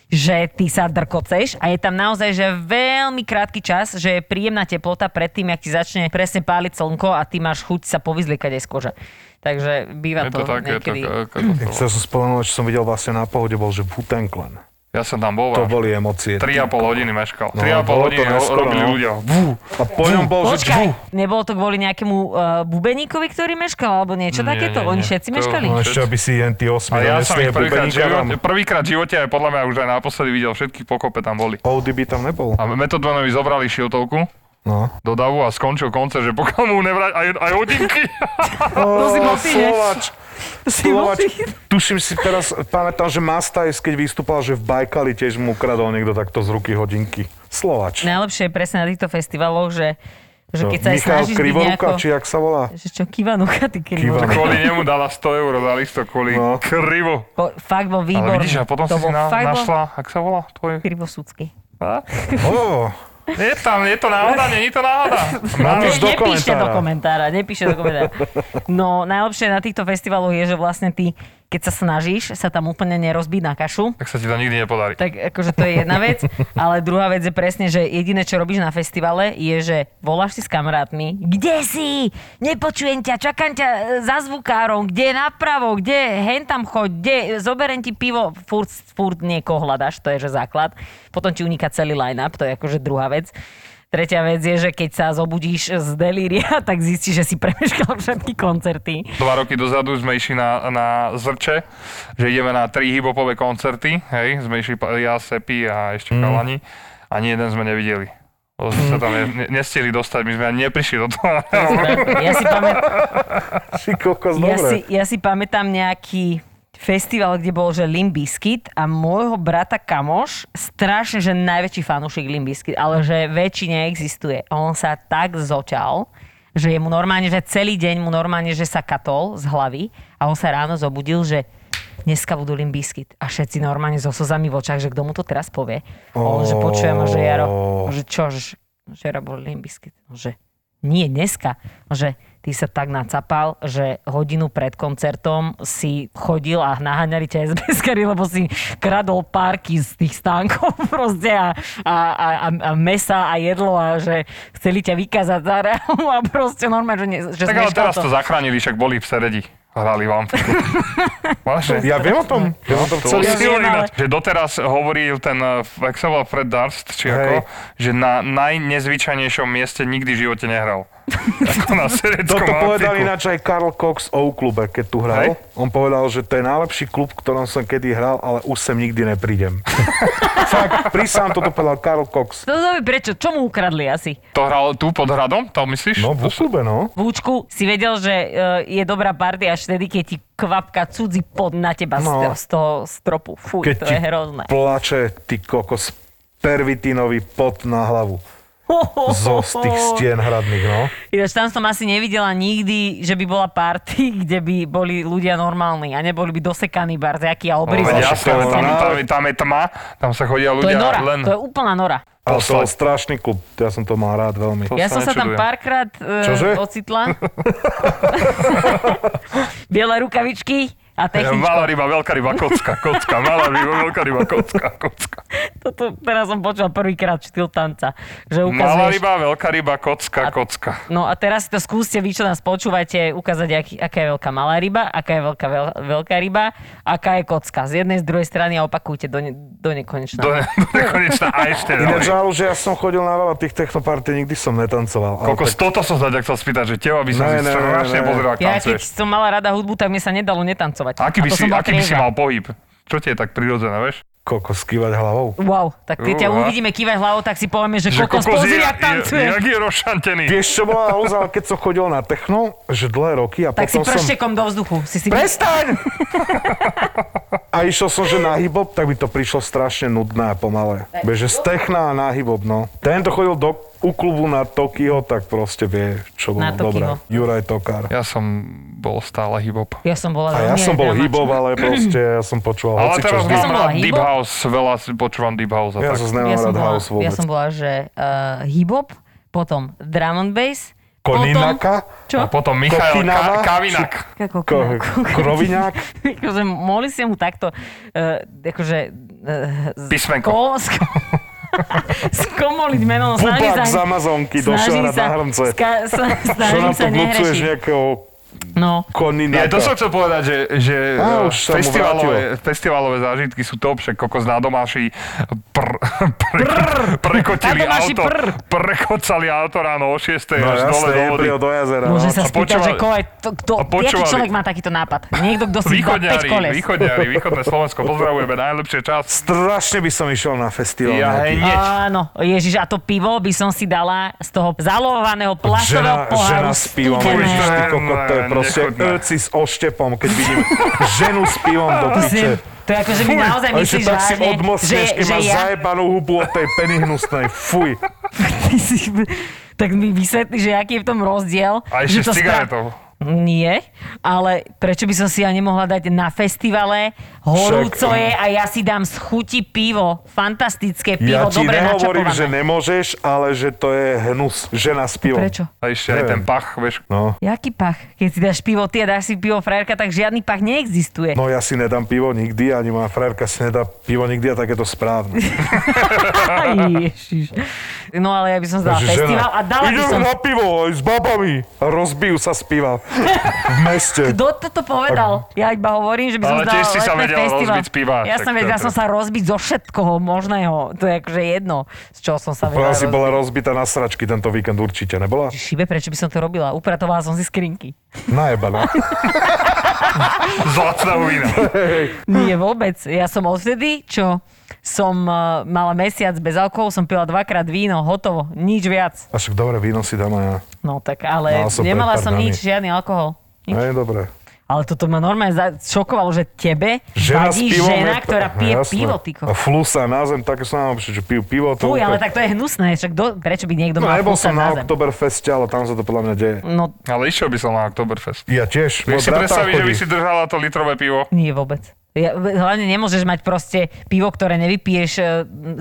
Speaker 3: že ty sa drkoceš a je tam naozaj že veľmi krátky čas, že je príjemná teplota pred tým, ak ti začne presne páliť slnko a ty máš chuť sa povyzlikať aj z kože. Takže
Speaker 2: Je
Speaker 3: býva
Speaker 2: to
Speaker 3: to,
Speaker 2: tak, je to
Speaker 3: niekedy...
Speaker 2: ka- katastrofa.
Speaker 4: Chcel som spomenúť, čo som videl vlastne na pohode, bol, že Wu-Tang Clan.
Speaker 2: Ja som tam bol. a
Speaker 4: To boli emócie.
Speaker 2: 3,5 hodiny meškal.
Speaker 4: No,
Speaker 2: 3,5
Speaker 4: bolo to
Speaker 2: hodiny ho-
Speaker 4: neskoro,
Speaker 2: robili
Speaker 4: no.
Speaker 2: ľudia. Vú.
Speaker 4: A po ňom bol, že džu.
Speaker 3: Počkaj, nebolo to kvôli nejakému uh, bubeníkovi, ktorý meškal, alebo niečo
Speaker 2: Nie,
Speaker 3: takéto?
Speaker 2: nie,
Speaker 3: Oni
Speaker 2: nie.
Speaker 3: všetci
Speaker 2: To-
Speaker 3: meškali?
Speaker 4: No ešte, aby si jen tí osmi
Speaker 2: A ja som
Speaker 4: donesli
Speaker 2: ich prvýkrát v
Speaker 4: bubeníka tam.
Speaker 2: živote, prvýkrát v živote aj podľa mňa už aj naposledy videl všetkých pokope tam boli.
Speaker 4: ODB tam nebol.
Speaker 2: A Metodvanovi zobrali šiltovku
Speaker 4: No.
Speaker 2: do davu a skončil koncert, že pokiaľ mu nevrať aj, aj hodinky.
Speaker 4: To
Speaker 3: si mal ty, ne? Si
Speaker 4: No, Slovač,
Speaker 3: bol-
Speaker 4: tuším si teraz, pamätám, že Mastajs, keď vystúpal, že v Bajkali tiež mu ukradol niekto takto z ruky hodinky. Slovač.
Speaker 3: Najlepšie je presne na týchto festivaloch, že, že
Speaker 4: To
Speaker 3: keď sa aj
Speaker 4: Michal
Speaker 3: snažíš byť
Speaker 4: Krivoruka,
Speaker 3: nejako...
Speaker 4: či jak sa volá?
Speaker 3: Že čo, Kivanucha, ty Krivoruka.
Speaker 4: Kivanucha.
Speaker 2: kvôli nemu dala 100 eur za listok, kvôli
Speaker 4: No.
Speaker 2: krivo.
Speaker 3: Bo, fakt bol
Speaker 2: Ale
Speaker 3: výborný.
Speaker 2: vidíš, a potom si
Speaker 3: to
Speaker 2: si
Speaker 3: bol
Speaker 2: na,
Speaker 3: fakt bol
Speaker 2: našla, ak sa volá tvoj...
Speaker 3: Krivosudský.
Speaker 2: A?
Speaker 4: Oh,
Speaker 2: Je tam, je to náhoda, nie je to náhoda.
Speaker 4: Mám už do
Speaker 3: nepíšte do
Speaker 4: komentára.
Speaker 3: komentára, nepíšte do komentára. No, najlepšie na týchto festivaloch je, že vlastne ty, keď sa snažíš, sa tam úplne nerozbiť na kašu.
Speaker 2: Tak sa ti to nikdy nepodarí.
Speaker 3: Tak akože to je jedna vec, ale druhá vec je presne, že jediné, čo robíš na festivale, je, že voláš si s kamarátmi, kde si? Nepočujem ťa, čakám ťa e, za zvukárom, kde napravo, kde hen tam choď, kde e, zoberiem ti pivo, furt, furt niekoho hľadaš, to je že základ. Potom ti uniká celý line-up, to je akože druhá vec. Tretia vec je, že keď sa zobudíš z delíria, tak zistíš, že si premeškal všetky koncerty.
Speaker 2: Dva roky dozadu sme išli na, na Zrče, že ideme na tri hip-hopové koncerty, hej, sme išli pa- ja, Sepi a ešte mm. Kalani, ani jeden sme nevideli. Lebo sme sa tam ne, ne, nestihli dostať, my sme ani neprišli do toho.
Speaker 3: Ja si pamätám,
Speaker 4: si kokos,
Speaker 3: Ja si,
Speaker 4: dobre.
Speaker 3: ja si pamätám nejaký festival, kde bol, že Limbiskit a môjho brata kamoš, strašne, že najväčší fanúšik Limbiskit, ale že väčší neexistuje. A on sa tak zočal, že je mu normálne, že celý deň mu normálne, že sa katol z hlavy a on sa ráno zobudil, že dneska budú Limbiskit a všetci normálne so slzami v očach, že kto mu to teraz povie. A on, že počujem, že Jaro, že čo, že včera bol Limbiskit, No, že nie dneska, No, že ty sa tak nacapal, že hodinu pred koncertom si chodil a naháňali ťa sbs lebo si kradol párky z tých stánkov proste a, a, a, a, a mesa a jedlo a že chceli ťa vykázať za reálu a proste normálne, že, ne, že
Speaker 2: tak ale
Speaker 3: zmeškal
Speaker 2: teraz to zachránili, však boli v Seredi. Hrali vám. Vážne.
Speaker 4: Ja viem o tom. Ja viem o tom
Speaker 2: To
Speaker 4: celý
Speaker 2: je
Speaker 3: Ja viem,
Speaker 2: silný
Speaker 3: ale-
Speaker 2: na- že doteraz hovoril ten, eh, jak sa volá Fred Darst, či
Speaker 4: Hej.
Speaker 2: ako, že na najnezvyčajnejšom mieste nikdy v živote nehral. ako na Sereckom
Speaker 4: Toto povedal
Speaker 2: Antiku.
Speaker 4: ináč aj Karl Cox o klube, keď tu hral.
Speaker 2: Hej.
Speaker 4: On povedal, že to je najlepší klub, v ktorom som kedy hral, ale už sem nikdy neprídem. Fakt, prísam, toto povedal Karl Cox.
Speaker 3: To zaujímavé, prečo? Čo mu ukradli asi?
Speaker 2: To hral tu pod hradom, to myslíš?
Speaker 4: No, v klube, no.
Speaker 3: Vúčku, si vedel, že e, je dobrá party až vtedy, keď ti kvapka cudzí pod na teba no.
Speaker 4: No.
Speaker 3: z toho stropu. Fuj,
Speaker 4: Keď
Speaker 3: to
Speaker 4: ti
Speaker 3: je hrozné.
Speaker 4: plače, ty kokos, pervitínový pot na hlavu. Zo z tých stien hradných, no.
Speaker 3: Ináč tam som asi nevidela nikdy, že by bola party, kde by boli ľudia normálni a neboli by dosekaní barziaky a
Speaker 2: No, Veď
Speaker 3: obrizovali.
Speaker 4: Áno,
Speaker 2: jasné,
Speaker 4: to-
Speaker 2: tam, tam, je- tam je tma, tam sa chodia
Speaker 3: To je
Speaker 2: ľudia
Speaker 3: nora,
Speaker 2: len...
Speaker 3: to je úplná nora.
Speaker 4: Ale to bol
Speaker 2: Poslať.
Speaker 4: strašný klub, ja som to mal rád veľmi.
Speaker 2: To
Speaker 3: Ja
Speaker 2: sa
Speaker 3: som sa tam
Speaker 2: nečudujem.
Speaker 3: párkrát e,
Speaker 4: Čože?
Speaker 3: ocitla. Biele rukavičky
Speaker 2: Malá
Speaker 3: a techničko.
Speaker 2: ryba, veľká ryba, kocka, kocka, malá ryba, veľká ryba, kocka, kocka.
Speaker 3: Toto teraz som počula prvýkrát štýl tanca, že
Speaker 2: Malá
Speaker 3: ukazuješ...
Speaker 2: ryba, veľká ryba, kocka, kocka.
Speaker 3: No a teraz si to skúste, vy čo nás počúvate, ukázať, aký, aká je veľká malá ryba, aká je veľká veľ, veľká ryba, aká je kocka. Z jednej, z druhej strany a opakujte do, ne, do nekonečna.
Speaker 2: Do, ne- do nekonečna a ešte ďalej.
Speaker 4: Ináč žal, že ja som chodil na veľa tých technoparty, nikdy som netancoval. ale
Speaker 2: Kokos,
Speaker 4: tak-
Speaker 2: toto som sa ťa chcel spýtať, že teba by som
Speaker 4: Ne,
Speaker 2: si
Speaker 4: ne, ne,
Speaker 2: strašne
Speaker 4: ne.
Speaker 2: pozrel, ak
Speaker 3: Ja keď
Speaker 2: tancuješ.
Speaker 3: som mala rada hudbu, tak mi sa nedalo netancovať.
Speaker 2: Aký by
Speaker 3: A to
Speaker 2: si,
Speaker 3: som bola
Speaker 2: aký by si
Speaker 3: triezva.
Speaker 2: mal pohyb? Čo ti je tak prirodzené, vieš?
Speaker 4: Kokos, kývať hlavou.
Speaker 3: Wow, tak keď ťa
Speaker 2: Uha.
Speaker 3: uvidíme kývať hlavou, tak si povieme, že, kokos, pozri, jak
Speaker 2: je,
Speaker 3: tancuje.
Speaker 2: jak je rozšantený.
Speaker 4: Vieš, čo bola halúza, ale keď som chodil na techno, že dlhé roky a
Speaker 3: Tak si
Speaker 4: potom som...
Speaker 3: prštekom do vzduchu. Si si...
Speaker 4: Prestaň! a išiel som, že na hip tak by to prišlo strašne nudné a pomalé. Vieš, že z techna a na hip no. Tento chodil do, u klubu na Tokyho, tak proste vie, čo bolo
Speaker 3: Na
Speaker 4: dobré.
Speaker 3: Tokyho.
Speaker 4: Juraj Tokár.
Speaker 2: Ja som bol stále hip-hop.
Speaker 3: Ja som bola
Speaker 4: A ja
Speaker 3: veľmi
Speaker 4: som bol
Speaker 3: dramačná.
Speaker 4: hip ale proste ja som počúval
Speaker 2: Ale
Speaker 4: hoci čo
Speaker 2: teraz
Speaker 4: vždy.
Speaker 2: mám
Speaker 3: som bola
Speaker 2: rád Deep
Speaker 3: hip-hop.
Speaker 2: House, veľa si počúvam Deep House a
Speaker 4: Ja
Speaker 2: tak.
Speaker 4: som nemám
Speaker 3: ja som
Speaker 4: rád
Speaker 3: bola,
Speaker 4: house vôbec.
Speaker 3: Ja som bola, že uh, hip-hop, potom drum and bass,
Speaker 4: Koninaka?
Speaker 3: potom... Čo?
Speaker 2: A potom Michal
Speaker 4: Kokinava?
Speaker 2: Ka- Kavinak.
Speaker 3: Ako
Speaker 4: Ko- Kroviňák?
Speaker 3: akože mohli ste mu takto uh, akože uh, z-
Speaker 2: Písmenko.
Speaker 3: Ko, sko- skomoliť meno. no snažím
Speaker 4: Bubák
Speaker 3: sa-
Speaker 4: z Amazonky došiel
Speaker 3: snažím
Speaker 4: hrať
Speaker 3: sa-
Speaker 4: na hrnce.
Speaker 3: Ska, sa,
Speaker 4: Čo
Speaker 3: snažím
Speaker 4: nám
Speaker 3: sa
Speaker 4: tu vnúcuješ
Speaker 3: nehrešiť.
Speaker 4: nejakého
Speaker 3: No.
Speaker 4: Konina.
Speaker 2: Ja to som chcel povedať, že, že
Speaker 4: Á,
Speaker 2: eh,
Speaker 4: už sa mu
Speaker 2: festivalové, festivalové zážitky sú top, však kokos na domáši pr, pr, prekotili
Speaker 3: Na domáši
Speaker 2: auto,
Speaker 3: pr.
Speaker 2: prekocali auto ráno o 6.
Speaker 4: No
Speaker 2: až dole
Speaker 4: jasné,
Speaker 2: do vody.
Speaker 4: Ebrio do jazera.
Speaker 3: Môže
Speaker 4: no.
Speaker 3: sa
Speaker 2: a
Speaker 3: spýtať,
Speaker 2: počúvali-
Speaker 3: že kole, to, kto,
Speaker 2: a
Speaker 3: jaký
Speaker 2: počúvali-
Speaker 3: človek má takýto nápad? Niekto, kto si iba 5
Speaker 2: Východňári,
Speaker 3: koles.
Speaker 2: východňári, východné Slovensko, pozdravujeme, najlepšie čas.
Speaker 4: Strašne by som išiel na festival.
Speaker 2: Ja
Speaker 4: nejaký.
Speaker 2: hej, nie.
Speaker 3: Áno, ježiš, a to pivo by som si dala z toho zalohovaného
Speaker 4: Žena,
Speaker 3: plastového
Speaker 4: žena
Speaker 3: poháru.
Speaker 4: s pivom,
Speaker 3: studené.
Speaker 4: vidíš, ty
Speaker 2: Ne,
Speaker 4: kokot, to je
Speaker 2: ne,
Speaker 4: proste
Speaker 2: nechutné.
Speaker 4: öci s oštepom, keď vidím ženu s pivom do
Speaker 3: To si-
Speaker 4: piče.
Speaker 3: To je ako, že mi naozaj
Speaker 4: Ale že
Speaker 3: myslíš
Speaker 4: tak si
Speaker 3: vážne, že,
Speaker 4: odmocneš, keď
Speaker 3: že
Speaker 4: máš
Speaker 3: ja...
Speaker 4: zajebanú hubu od tej peny hnusnej. Fuj.
Speaker 3: Ty si- tak mi vysvetli, že aký je v tom rozdiel.
Speaker 2: A
Speaker 3: že
Speaker 2: ešte s cigaretou.
Speaker 3: Nie, ale prečo by som si ja nemohla dať na festivale? Horúco
Speaker 4: Však-
Speaker 3: je a ja si dám z chuti pivo. Fantastické pivo,
Speaker 4: Ja ti
Speaker 3: dobre
Speaker 4: nehovorím,
Speaker 3: načapované.
Speaker 4: že nemôžeš, ale že to je hnus. Žena s pivom.
Speaker 3: Prečo?
Speaker 2: A ešte aj
Speaker 4: Neviem.
Speaker 2: ten pach, vieš,
Speaker 4: No.
Speaker 3: Jaký pach? Keď si dáš pivo ty a dáš si pivo frajerka, tak žiadny pach neexistuje.
Speaker 4: No ja si nedám pivo nikdy, ani moja frajerka si nedá pivo nikdy a tak je to správne.
Speaker 3: Aj, Ježiš. No ale ja by som zdala
Speaker 4: Takže
Speaker 3: festival a dala by
Speaker 4: Idem
Speaker 3: som...
Speaker 4: na pivo aj s babami. A rozbijú sa z piva. V meste.
Speaker 3: Kto toto povedal? Ja iba hovorím, že by som
Speaker 2: Ale
Speaker 3: zdala
Speaker 2: tiež si sa
Speaker 3: letné
Speaker 2: vedela
Speaker 3: festival.
Speaker 2: rozbiť z piva, však
Speaker 3: Ja som
Speaker 2: to je
Speaker 3: vedela,
Speaker 2: to-
Speaker 3: som sa rozbiť zo všetkoho možného. To je akože jedno, z čoho som sa vedela
Speaker 4: Ona si
Speaker 3: rozbiť.
Speaker 4: bola rozbitá na sračky tento víkend určite, nebola?
Speaker 3: Šibe, prečo by som to robila? Upratovala som si skrinky.
Speaker 4: Najebaná.
Speaker 2: zlacná vína.
Speaker 3: Nie vôbec. Ja som odvtedy, čo som eh, mala mesiac bez alkoholu, som pila dvakrát víno, hotovo, nič viac.
Speaker 4: A však dobre, víno si dám aj ja.
Speaker 3: No tak ale
Speaker 4: Mal som pred
Speaker 3: nemala
Speaker 4: pár
Speaker 3: som
Speaker 4: dňami.
Speaker 3: nič, žiadny alkohol. Nič.
Speaker 4: Hej, dobre.
Speaker 3: Ale toto ma normálne za- šokovalo, že tebe
Speaker 4: Žena s
Speaker 3: vadí
Speaker 4: pivom
Speaker 3: žena,
Speaker 4: je-
Speaker 3: ktorá pije
Speaker 4: Jasné.
Speaker 3: pivo, ty
Speaker 4: A flusa na zem, také som najlepšie, že pijú pivo. to
Speaker 3: Fuj, ale
Speaker 4: úplne-
Speaker 3: tak to je hnusné, však do, prečo by niekto
Speaker 4: No,
Speaker 3: mal
Speaker 4: nebol
Speaker 3: fúkať
Speaker 4: som
Speaker 3: na
Speaker 4: na,
Speaker 3: zem?
Speaker 4: Oktoberfeste, ale tam sa to podľa mňa deje.
Speaker 3: No,
Speaker 2: Ale išiel by som na Oktoberfest.
Speaker 4: Ja tiež. môj
Speaker 2: Vieš si
Speaker 4: brat tam
Speaker 2: predstaviť, že by
Speaker 4: chodí.
Speaker 2: si držala to litrové pivo?
Speaker 3: nie vôbec. Ja, hlavne nemôžeš mať proste pivo, ktoré nevypiješ e,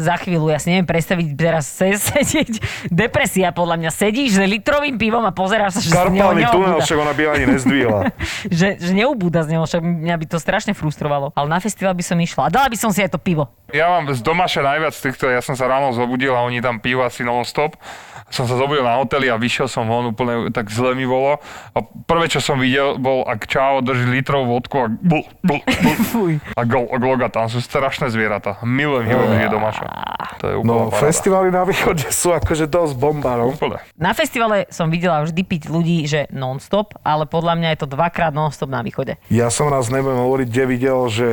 Speaker 3: za chvíľu. Ja si neviem predstaviť teraz se, sedieť. Depresia podľa mňa. Sedíš s litrovým pivom a pozeráš sa, že, z neho
Speaker 4: Karpálny tunel,
Speaker 3: neobúda.
Speaker 4: však ona by ani nezdvihla.
Speaker 3: že, že neubúda z neho. Však mňa by to strašne frustrovalo. Ale na festival by som išla. A dala by som si aj to pivo.
Speaker 2: Ja mám z domaša najviac týchto, ja som sa ráno zobudil a oni tam pijú asi non-stop. Som sa zobudil na hoteli a vyšiel som von úplne, tak zle mi bolo. A prvé, čo som videl, bol, ak čávo drží litrov vodku a bl, bl, bl,
Speaker 3: Fuj.
Speaker 2: a gol, a gloga, tam sú strašné zvieratá. Milujem hybobilie domaša. To je úplne
Speaker 4: No, festivály na východe sú akože dosť bomba, no.
Speaker 2: Úplne.
Speaker 3: Na festivale som videla vždy piť ľudí, že non-stop, ale podľa mňa je to dvakrát non-stop na východe.
Speaker 4: Ja som raz, nebudem hovoriť, kde videl, že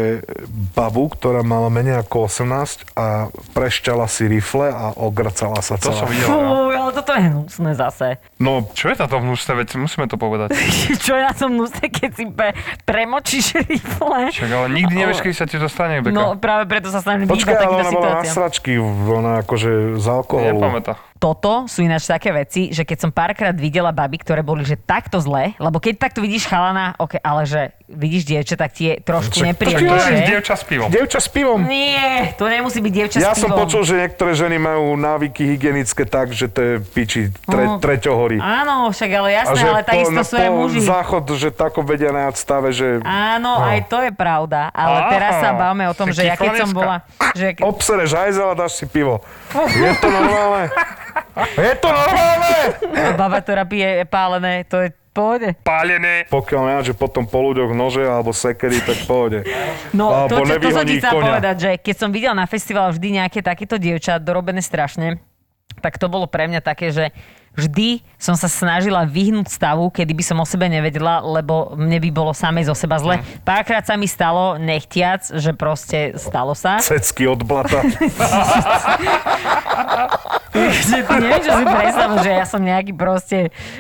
Speaker 4: babu, ktorá mala menej ako 18 a prešťala si rifle a ogrcala sa
Speaker 2: To som
Speaker 4: celá.
Speaker 2: videl. no.
Speaker 3: Fú, ale toto je hnusné zase.
Speaker 4: No,
Speaker 2: Čo je táto hnusné vec? Musíme to povedať.
Speaker 3: Čo ja som hnusné, keď si pe- premočíš rifle.
Speaker 2: Čak, ale nikdy nevieš, kedy sa ti to stane, Beka.
Speaker 3: No práve preto sa snažím
Speaker 4: počkaj,
Speaker 3: vyhýbať
Speaker 4: ale
Speaker 3: takýmto
Speaker 4: ona bola na
Speaker 3: situáciám.
Speaker 4: sračky, ona akože z alkoholu.
Speaker 2: Nepamätá.
Speaker 3: Toto sú ináč také veci, že keď som párkrát videla baby, ktoré boli že takto zlé, lebo keď takto vidíš chalana, ok, ale že vidíš dievča, tak ti je trošku
Speaker 4: Však-
Speaker 2: To je
Speaker 3: nepríjemné. že?
Speaker 2: dievča s pivom.
Speaker 4: Dievča s pivom.
Speaker 3: Nie, to nemusí byť dievča
Speaker 4: Ja
Speaker 3: s
Speaker 4: som
Speaker 3: pivom.
Speaker 4: počul, že niektoré ženy majú návyky hygienické tak, že to je piči tre,
Speaker 3: No.
Speaker 4: treťohorí.
Speaker 3: Áno, však ale
Speaker 4: A
Speaker 3: jasné,
Speaker 4: že
Speaker 3: ale takisto
Speaker 4: na-
Speaker 3: sú aj muži.
Speaker 4: záchod, že tako vedia na stave, že
Speaker 3: Áno, aj
Speaker 2: No.
Speaker 3: to je pravda, ale
Speaker 2: Á,
Speaker 3: teraz sa bavme o tom,
Speaker 2: si
Speaker 3: že ja keď
Speaker 2: kifonická.
Speaker 3: som bola... Že keď...
Speaker 4: obsereš hajzel a dáš si pivo. Je to normálne? Je to normálne?
Speaker 3: Baba, ktorá pije pálené, to je v pohode.
Speaker 2: Pálené.
Speaker 4: Pokiaľ ja, že potom po ľuďoch nože alebo sekery, tak pôjde.
Speaker 3: No, to, čo, to
Speaker 4: Alebo
Speaker 3: som ti
Speaker 4: nevyhoní
Speaker 3: chcela
Speaker 4: konia.
Speaker 3: povedať, že keď som videla na festivale vždy nejaké takéto dievča, dorobené strašne, tak to bolo pre mňa také, že vždy som sa snažila vyhnúť stavu, kedy by som o sebe nevedela, lebo mne by bolo samej zo seba
Speaker 4: Mhm.
Speaker 3: zle. Párkrát sa mi stalo, nechtiac, že proste stalo sa.
Speaker 4: Cecky od blata.
Speaker 3: že ty neviem, čo si predstav, že ja som nejaký proste...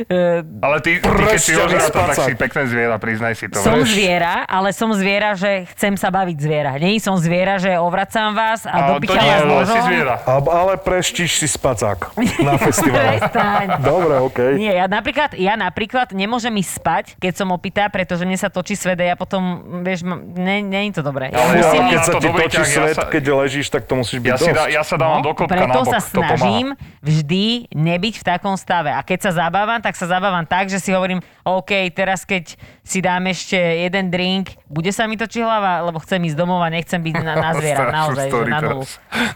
Speaker 3: e,
Speaker 2: Ale ty, ty keď si
Speaker 4: Pršťaný
Speaker 2: ožratá, tak
Speaker 4: spacák.
Speaker 2: si pekné zviera, priznaj si to.
Speaker 3: Som
Speaker 2: vieš.
Speaker 3: zviera, ale som zviera, že chcem sa baviť zviera. Nie som zviera, že ovracam vás a
Speaker 2: Ale to
Speaker 3: dopýtam
Speaker 2: nie,
Speaker 3: vás
Speaker 2: ale si
Speaker 3: nožom.
Speaker 2: zviera.
Speaker 4: Ab- ale preštíš si spacák na festivale.
Speaker 3: Prestaň.
Speaker 4: Dobre, okej.
Speaker 3: Nie, ja napríklad, ja napríklad nemôžem ísť spať, keď som opitá, pretože mne sa točí svede, ja potom, vieš, m- ne, nie je to dobré. Ja
Speaker 2: Ale
Speaker 4: Ale
Speaker 3: musím
Speaker 2: mám
Speaker 4: keď
Speaker 2: na
Speaker 4: sa
Speaker 2: to
Speaker 4: ti
Speaker 2: dobrý
Speaker 4: točí
Speaker 2: ťah, ja
Speaker 4: svet,
Speaker 2: sa-
Speaker 4: keď ležíš, tak to musíš byť
Speaker 2: Ja, si
Speaker 4: dosť.
Speaker 2: da, ja sa dávam do klopka
Speaker 3: No, preto
Speaker 2: na bok,
Speaker 3: sa
Speaker 2: to pomáha.
Speaker 3: snažím vždy nebyť v takom stave. A keď sa zabávam, tak sa zabávam tak, že si hovorím, OK, teraz keď si dám ešte jeden drink, bude sa mi točiť hlava, lebo chcem ísť domov a nechcem byť na, na zviera,
Speaker 2: Strašnú
Speaker 3: naozaj, že
Speaker 2: story
Speaker 3: na nulu.
Speaker 2: teraz.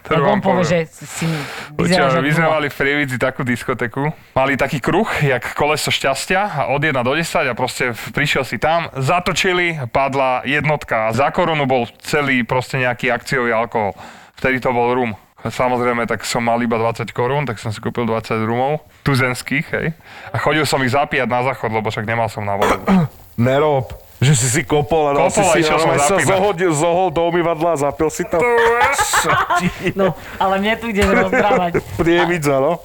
Speaker 2: To
Speaker 3: Lebo
Speaker 2: vám
Speaker 3: on povie,
Speaker 2: poviem.
Speaker 3: že si vyzeráš
Speaker 2: Počúva,
Speaker 3: ako
Speaker 2: my sme mali v Prievidzi takú diskoteku. Mali taký kruh, jak koleso šťastia a od 1 do 10 a proste v- prišiel si tam, zatočili, padla jednotka a za korunu bol celý proste nejaký akciový alkohol. Vtedy to bol rum. Samozrejme, tak som mal iba 20 korún, tak som si kúpil 20 rumov, tuzenských, hej. A chodil som ich zapíjať na záchod, lebo však nemal som na vodu.
Speaker 4: Nerob. Že si si kopol a dal si
Speaker 2: Kopol a
Speaker 4: si
Speaker 2: išiel som
Speaker 4: normálne sa
Speaker 2: zapínať.
Speaker 4: zohodil, zohol do umývadla a zapil si to.
Speaker 3: No, ale mne tu ideš rozprávať.
Speaker 4: Prievidza, no.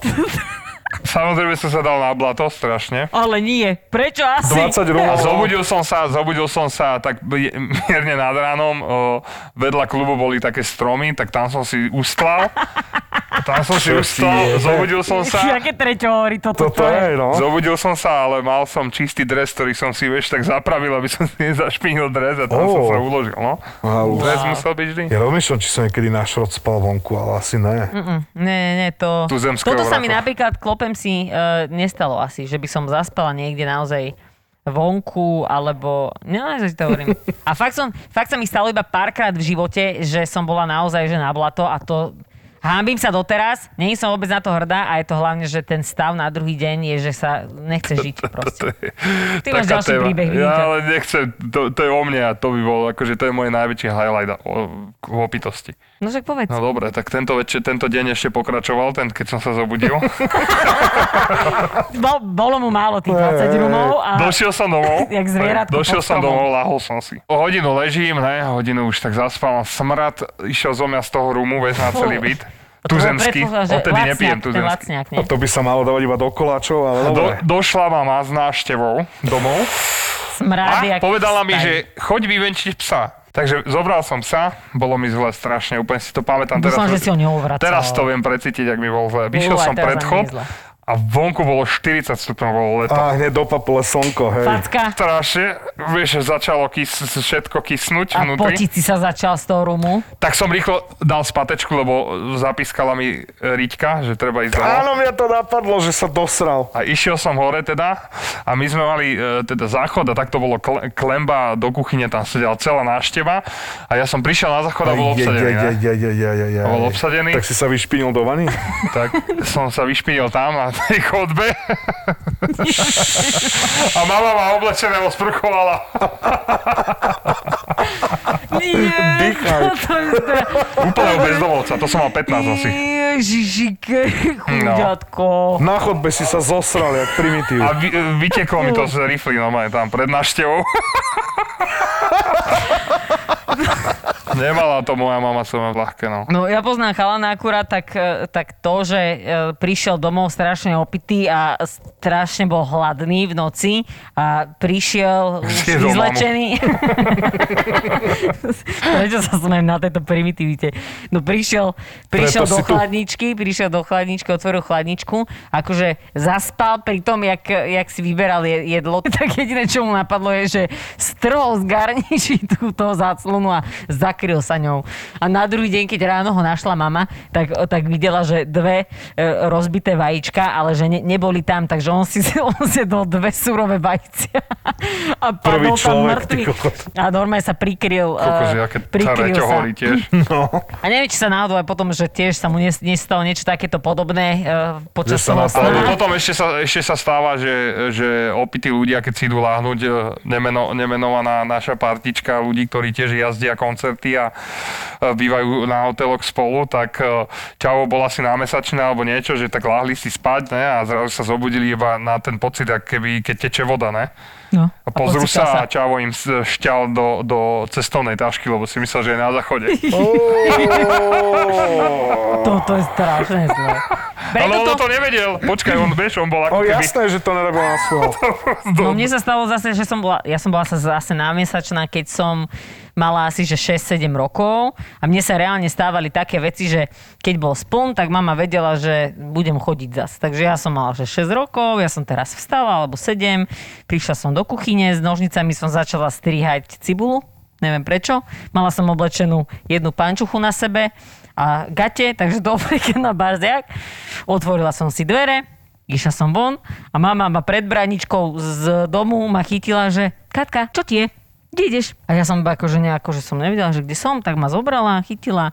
Speaker 2: Samozrejme som sa dal na blato strašne.
Speaker 3: Ale nie. Prečo asi?
Speaker 4: 20
Speaker 2: A
Speaker 4: rumov.
Speaker 2: zobudil som sa, zobudil som sa tak je- mierne nad ránom, o, vedľa klubu boli také stromy, tak tam som si ustlal. Tam som si
Speaker 4: Čo si
Speaker 2: ustlal,
Speaker 4: jebe?
Speaker 2: zobudil som sa.
Speaker 3: Jaké treťo hovorí toto?
Speaker 4: Toto je, no.
Speaker 2: Zobudil som sa, ale mal som čistý dres, ktorý som si, vieš, tak zapravil, aby som si nezašpinil dres a tam
Speaker 4: Ó.
Speaker 2: som sa uložil, no.
Speaker 4: Halus.
Speaker 2: Dres musel byť vždy.
Speaker 4: Ja rozmýšľam, či som niekedy na šrot spal vonku, ale asi ne.
Speaker 3: Nie, nie, nie, to...
Speaker 2: Tuzemského
Speaker 3: Toto sa mi
Speaker 2: vraka.
Speaker 3: napríklad, klopem si, uh, nestalo asi, že by som zaspala niekde naozaj vonku, alebo... No, že to hovorím. A fakt, som, fakt sa mi stalo iba párkrát v živote, že som bola naozaj že na blato a to... Hámbim sa doteraz, nie som vôbec na to hrdá a je to hlavne, že ten stav na druhý deň je, že sa nechce žiť proste. Ty máš
Speaker 2: Taká
Speaker 3: ďalší
Speaker 2: téma.
Speaker 3: príbeh,
Speaker 2: Ja
Speaker 3: vidíte.
Speaker 2: ale nechcem, to, to je o mne a to by bolo, akože to je môj najväčší highlight o, v opitosti.
Speaker 3: No však povedz.
Speaker 2: No dobre, tak tento, večer, tento deň ešte pokračoval, ten keď som sa zobudil.
Speaker 3: Bol, bolo mu málo tých 20 rumov a...
Speaker 2: Došiel som domov.
Speaker 3: Jak zvieratko
Speaker 2: Došiel
Speaker 3: pod
Speaker 2: som
Speaker 3: stromom.
Speaker 2: domov, lahol som si. O hodinu ležím, ne, hodinu už tak zaspal. Smrad išiel zo mňa z toho rumu, vieš, na celý byt.
Speaker 3: To bolo
Speaker 2: Tuzemský.
Speaker 3: predpoklad, že
Speaker 2: Odtedy
Speaker 3: lacňák,
Speaker 2: nepijem
Speaker 3: ten
Speaker 2: tuzemský. No
Speaker 3: lacňák, nie?
Speaker 4: A to by sa malo dávať iba do koláčov, ale
Speaker 2: Do,
Speaker 4: dobre.
Speaker 2: došla ma má s návštevou domov a
Speaker 3: Smrady, jak
Speaker 2: povedala mi,
Speaker 3: vstaň.
Speaker 2: že choď vyvenčiť psa. Takže zobral som psa, bolo mi zle strašne, úplne si to pamätám.
Speaker 3: Dúfam,
Speaker 2: Teraz-
Speaker 3: že si ho neovracal.
Speaker 2: Teraz to viem precítiť, ak mi bol zle. Vyšiel
Speaker 3: Uaj,
Speaker 2: som pred
Speaker 3: teraz sa mi
Speaker 2: chod
Speaker 3: je zle.
Speaker 2: a vonku bolo 40 stupňov, bolo leto.
Speaker 4: A hneď do papule slnko, hej.
Speaker 3: Facka.
Speaker 2: strašne, vieš, začalo kys, všetko kysnúť
Speaker 3: A
Speaker 2: vnútri.
Speaker 3: potici sa začal z toho rumu.
Speaker 2: Tak som rýchlo dal spatečku, lebo zapískala mi e, riťka, že treba ísť domov.
Speaker 4: Áno, mňa to napadlo, že sa dosral.
Speaker 2: A išiel som hore teda a my sme mali e, teda záchod a tak to bolo kle, klemba do kuchyne, tam sedela celá nášteva a ja som prišiel na záchod a bol
Speaker 4: Aj, je,
Speaker 2: obsadený. ne?
Speaker 4: je, je, je, je, je, je.
Speaker 2: Bol obsadený.
Speaker 4: Tak si sa vyšpinil do vany?
Speaker 2: tak som sa vyšpinil tam na tej chodbe. a mama ma oblečeného sprchovala.
Speaker 3: Nie,
Speaker 4: Dýchaj.
Speaker 3: toto je teda...
Speaker 2: Úplného bezdomovca, to som mal 15 asi.
Speaker 3: Ježišik,
Speaker 2: No.
Speaker 3: chuďatko.
Speaker 4: Na chodbe si sa zosral, jak primitív.
Speaker 2: A vy, vyteklo mi to z rifly normálne tam pred návštevou. Nemala to moja mama, som mám ľahké, no.
Speaker 3: No ja poznám chalana akurát, tak, e, tak to, že e, prišiel domov strašne opitý a strašne bol hladný v noci a prišiel už
Speaker 2: Zjedol mamu.
Speaker 3: vyzlečený. Prečo sa smejem na tejto primitivite? No prišiel, prišiel
Speaker 4: Preto
Speaker 3: do
Speaker 4: si tu.
Speaker 3: chladničky, prišiel do chladničky, otvoril chladničku, akože zaspal pri tom, jak, jak si vyberal je- jedlo, tak jediné, čo mu napadlo je, že strhol z garniči túto záclonu a zakryl sa ňou. A na druhý deň, keď ráno ho našla mama, tak, tak videla, že dve e, rozbité vajíčka, ale že ne, neboli tam, takže on si on zjedol dve surové vajcia a
Speaker 4: Prvý
Speaker 3: padol tam
Speaker 4: človek, ty
Speaker 3: mŕtvy.
Speaker 4: kokot.
Speaker 3: A normálne sa prikryl, e,
Speaker 2: Kokože, Akože, aké
Speaker 3: prikryl
Speaker 2: tareťo
Speaker 3: sa.
Speaker 2: horí tiež.
Speaker 3: A neviem, či sa náhodou aj potom, že tiež sa mu nes- nestalo niečo takéto podobné uh, počas
Speaker 4: Že sa
Speaker 3: toho
Speaker 4: nastalo.
Speaker 2: Ale
Speaker 3: sna.
Speaker 2: potom ešte sa, ešte sa stáva, že, že opití ľudia, keď si idú láhnuť, e, nemeno, nemenovaná naša partička ľudí, ktorí tiež jazdia koncerty a e, bývajú na hoteloch spolu, tak e, ťavo bola si námesačná alebo niečo, že tak láhli si spať ne, a zrazu sa zobudili iba na ten pocit, ako keby, keď teče voda, ne?
Speaker 3: No,
Speaker 2: A pozrú
Speaker 3: pocítil
Speaker 2: sa, a Čavo im s- šťal do, do cestovnej tašky, lebo si myslel, že je na záchode.
Speaker 3: Toto je strašné zlé.
Speaker 2: Ale on
Speaker 3: Preto to,
Speaker 2: o No, to nevedel. Počkaj, on, vieš, on bol
Speaker 4: O,
Speaker 2: ako keby...
Speaker 4: jasné, že to nerobil na svojho.
Speaker 3: no mne sa stalo zase, že som bola, ja som bola sa zase námesačná, keď som mala asi že 6-7 rokov a mne sa reálne stávali také veci, že keď bol spln, tak mama vedela, že budem chodiť zase. Takže ja som mala že 6 rokov, ja som teraz vstala, alebo 7, prišla som do kuchyne, s nožnicami som začala strihať cibulu. neviem prečo. Mala som oblečenú jednu pančuchu na sebe a gate, takže do oblieka na barziak. Otvorila som si dvere, išla som von a mama ma pred bráničkou z domu ma chytila, že Katka, čo ti je? Kde ideš? A ja som iba akože nejako, že som nevedela, že kde som, tak ma zobrala, chytila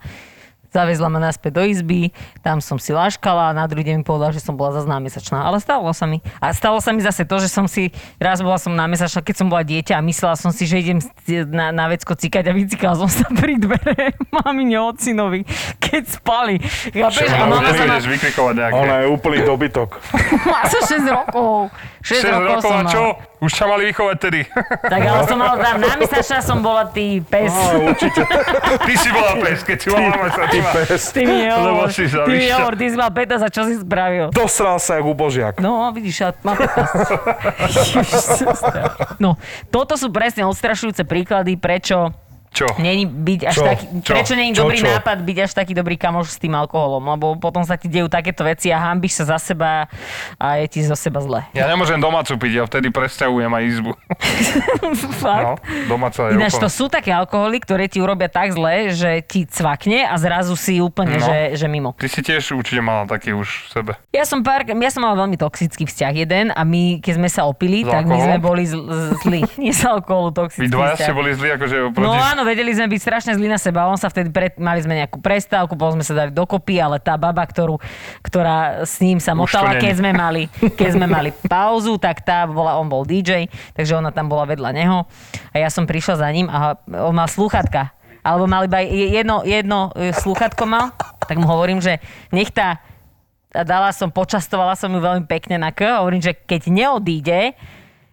Speaker 3: zavezla ma naspäť do izby, tam som si láškala a na druhý deň mi povedala, že som bola zase námesačná. Ale stalo sa mi. A stalo sa mi zase to, že som si, raz bola som námesačná, keď som bola dieťa a myslela som si, že idem c- na, na vecko cikať a vycikala som sa pri dvere mamine ocinovi, keď spali. Chápeš? A
Speaker 2: Čo,
Speaker 3: mama
Speaker 2: už
Speaker 3: sa ma...
Speaker 2: ideš vykrikovať nejaké.
Speaker 4: Ona je úplný dobytok.
Speaker 3: Má som 6 rokov.
Speaker 2: 6
Speaker 3: 6, rokov,
Speaker 2: rokov
Speaker 3: som
Speaker 2: a
Speaker 3: mala.
Speaker 2: čo? Už ťa mali vychovať tedy.
Speaker 3: Tak ale som mala tam námesačná, som bola ty pes.
Speaker 4: No, určite.
Speaker 2: Ty si bola pes, keď si bola mesačná.
Speaker 3: Ty mi
Speaker 2: Lebo
Speaker 3: hovor,
Speaker 2: si
Speaker 3: ty mi
Speaker 2: zavišťa.
Speaker 3: hovor, ty si mal 15 a čo si spravil?
Speaker 4: Dosral sa jak ubožiak.
Speaker 3: No, vidíš, ja mám 15. no, toto sú presne odstrašujúce príklady, prečo
Speaker 2: Čo?
Speaker 3: není byť až
Speaker 4: Čo?
Speaker 3: taký,
Speaker 2: Čo?
Speaker 3: prečo není
Speaker 4: Čo,
Speaker 3: dobrý
Speaker 4: čo?
Speaker 3: nápad byť až taký dobrý kamoš s tým alkoholom, lebo potom sa ti dejú takéto veci a hambíš sa za seba a je ti zo seba zle.
Speaker 2: Ja nemôžem domácu piť, ja vtedy presťahujem aj izbu.
Speaker 3: Fakt.
Speaker 2: No, domáca je
Speaker 3: Ináč to
Speaker 2: úplne...
Speaker 3: sú také alkoholy, ktoré ti urobia tak zle, že ti cvakne a zrazu si úplne,
Speaker 2: No.
Speaker 3: že, že mimo.
Speaker 2: Ty si tiež určite mala taký už v sebe.
Speaker 3: Ja som pár, ja som mala veľmi toxický vzťah jeden a my, keď sme sa opili,
Speaker 2: S
Speaker 3: tak my
Speaker 2: alkoholom?
Speaker 3: sme boli zl- z- zlí. Nie z alkoholu,
Speaker 2: Vy
Speaker 3: toxický
Speaker 2: dvaja ste
Speaker 3: vzťah.
Speaker 2: boli zlí, akože
Speaker 3: No
Speaker 2: proti...
Speaker 3: áno, vedeli sme byť strašne zlí na seba. On sa vtedy, pred, mali sme nejakú prestávku, potom sme sa dali dokopy, ale tá baba, ktorú, ktorá s ním sa
Speaker 2: Už
Speaker 3: motala,
Speaker 2: to není.
Speaker 3: keď sme, mali, keď sme mali pauzu, tak tá bola, on bol DJ, takže ona tam bola vedľa neho. A ja som prišla za ním a on mal slúchatka. Alebo mal iba jedno, jedno e, slúchatko mal, tak mu hovorím, že nech tá a dala som, počastovala som ju veľmi pekne na K. Hovorím, že keď neodíde,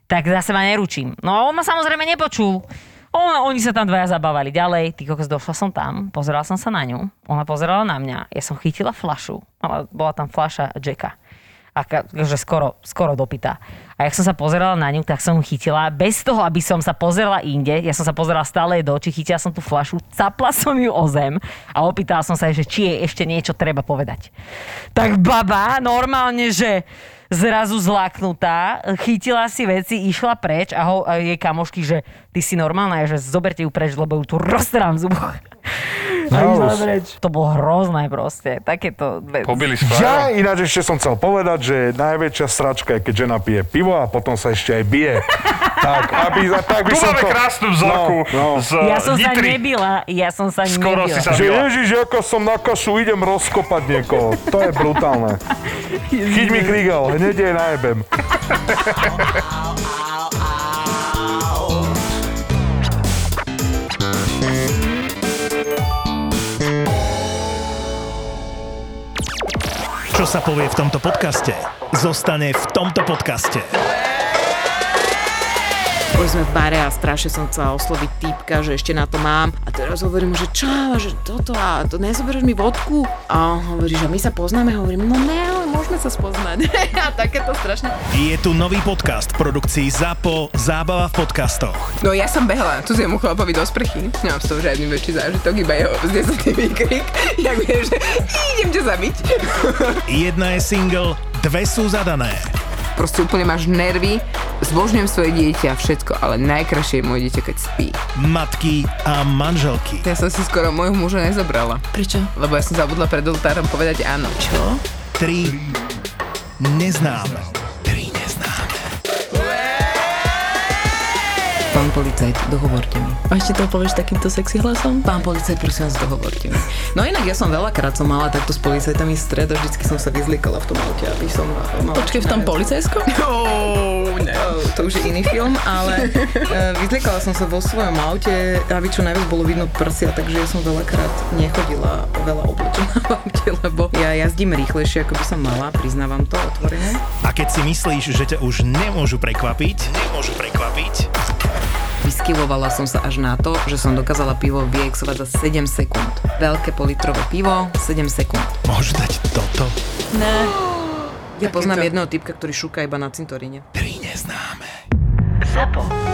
Speaker 3: tak zase ma neručím. No a on ma samozrejme nepočul. On, oni sa tam dvaja zabávali ďalej. Ty kokos, došla som tam, pozerala som sa na ňu, ona pozerala na mňa, ja som chytila flašu, ale bola tam flaša Jacka. A ka, že skoro, skoro dopytá. A jak som sa pozerala na ňu, tak som ju chytila. Bez toho, aby som sa pozerala inde, ja som sa pozerala stále jej do očí, chytila som tú flašu, capla som ju o zem a opýtala som sa jej, že či jej ešte niečo treba povedať. Tak baba, normálne, že zrazu zlaknutá, chytila si veci, išla preč a, ho, a jej kamošky, že ty si normálna, Ja, že zoberte ju preč, lebo ju tu roztrám v zuboch. A išla
Speaker 4: Naus.
Speaker 3: preč. To bolo hrozné proste, takéto vec.
Speaker 2: Pobili s
Speaker 4: Ja ináč ešte som chcel povedať, že najväčšia sračka je, keď žena pije pivo a potom sa ešte aj bije. tak, aby, tak by
Speaker 2: Tu
Speaker 4: som
Speaker 2: máme
Speaker 4: to...
Speaker 2: krásnu vzorku
Speaker 4: No, no.
Speaker 2: z
Speaker 3: Ja som sa
Speaker 2: Nitry.
Speaker 3: nebila, ja som sa
Speaker 2: Skoro
Speaker 3: nebila.
Speaker 2: si sa
Speaker 4: Že
Speaker 2: bila.
Speaker 4: ježiš, ako som na kašu, idem rozkopať niekoho. To je brutálne. Chyť mi krigel, hneď jej najebem.
Speaker 5: Čo sa povie v tomto podcaste, zostane v tomto podcaste.
Speaker 6: Boli sme v bare a strašne som chcela osloviť týpka, že ešte na to mám. A teraz hovorím, že čo, že toto a to nezoberieš mi vodku? A on hovorí, že my sa poznáme. Hovorím, no ne, ale môžeme sa spoznať. a takéto strašné.
Speaker 5: Je tu nový podcast v produkcii ZAPO Zábava v podcastoch.
Speaker 7: No ja som behla cudziemu chlapovi do sprchy. Nemám z toho žiadny väčší zážitok, iba jeho vznesený výkrik. Ja viem, že idem ťa zabiť.
Speaker 5: Jedna je single, dve sú zadané.
Speaker 7: Proste úplne máš nervy. Zbožňujem svoje dieťa, všetko, ale najkrajšie je moje dieťa, keď spí.
Speaker 5: Matky a manželky.
Speaker 7: Ja som si skoro môjho muža nezobrala,
Speaker 6: Prečo?
Speaker 7: lebo ja som zabudla pred oltárom povedať áno.
Speaker 6: Čo?
Speaker 5: Tri neznáme. Tri neznáme.
Speaker 6: Pán policajt, dohovorte mi. A ešte to povieš takýmto sexy hlasom? Pán policajt, prosím vás, dohovorte mi. No inak ja som veľakrát som mala takto s policajtami stred a vždycky som sa vyzlikala v tom aute, aby som mala... Počkej, v tom policajskom?
Speaker 7: Oh, ne.
Speaker 6: Eh, to už je iný film, ale e, vyzliekala som sa vo svojom aute, aby čo najviac bolo vidno prsia, takže ja som veľakrát nechodila veľa oblečená v aute, lebo ja jazdím rýchlejšie, ako by som mala, priznávam to otvorene.
Speaker 5: A keď si myslíš, že ťa už nemôžu prekvapiť, nemôžu prekvapiť,
Speaker 6: Vyskyvovala som sa až na to, že som dokázala pivo vyexovať za 7 sekúnd. Veľké politrové pivo, 7 sekúnd.
Speaker 5: môžu dať toto.
Speaker 6: Ja poznám jedného typka, ktorý šúka iba na cintoríne.
Speaker 5: Tri neznáme.
Speaker 1: ZAPO.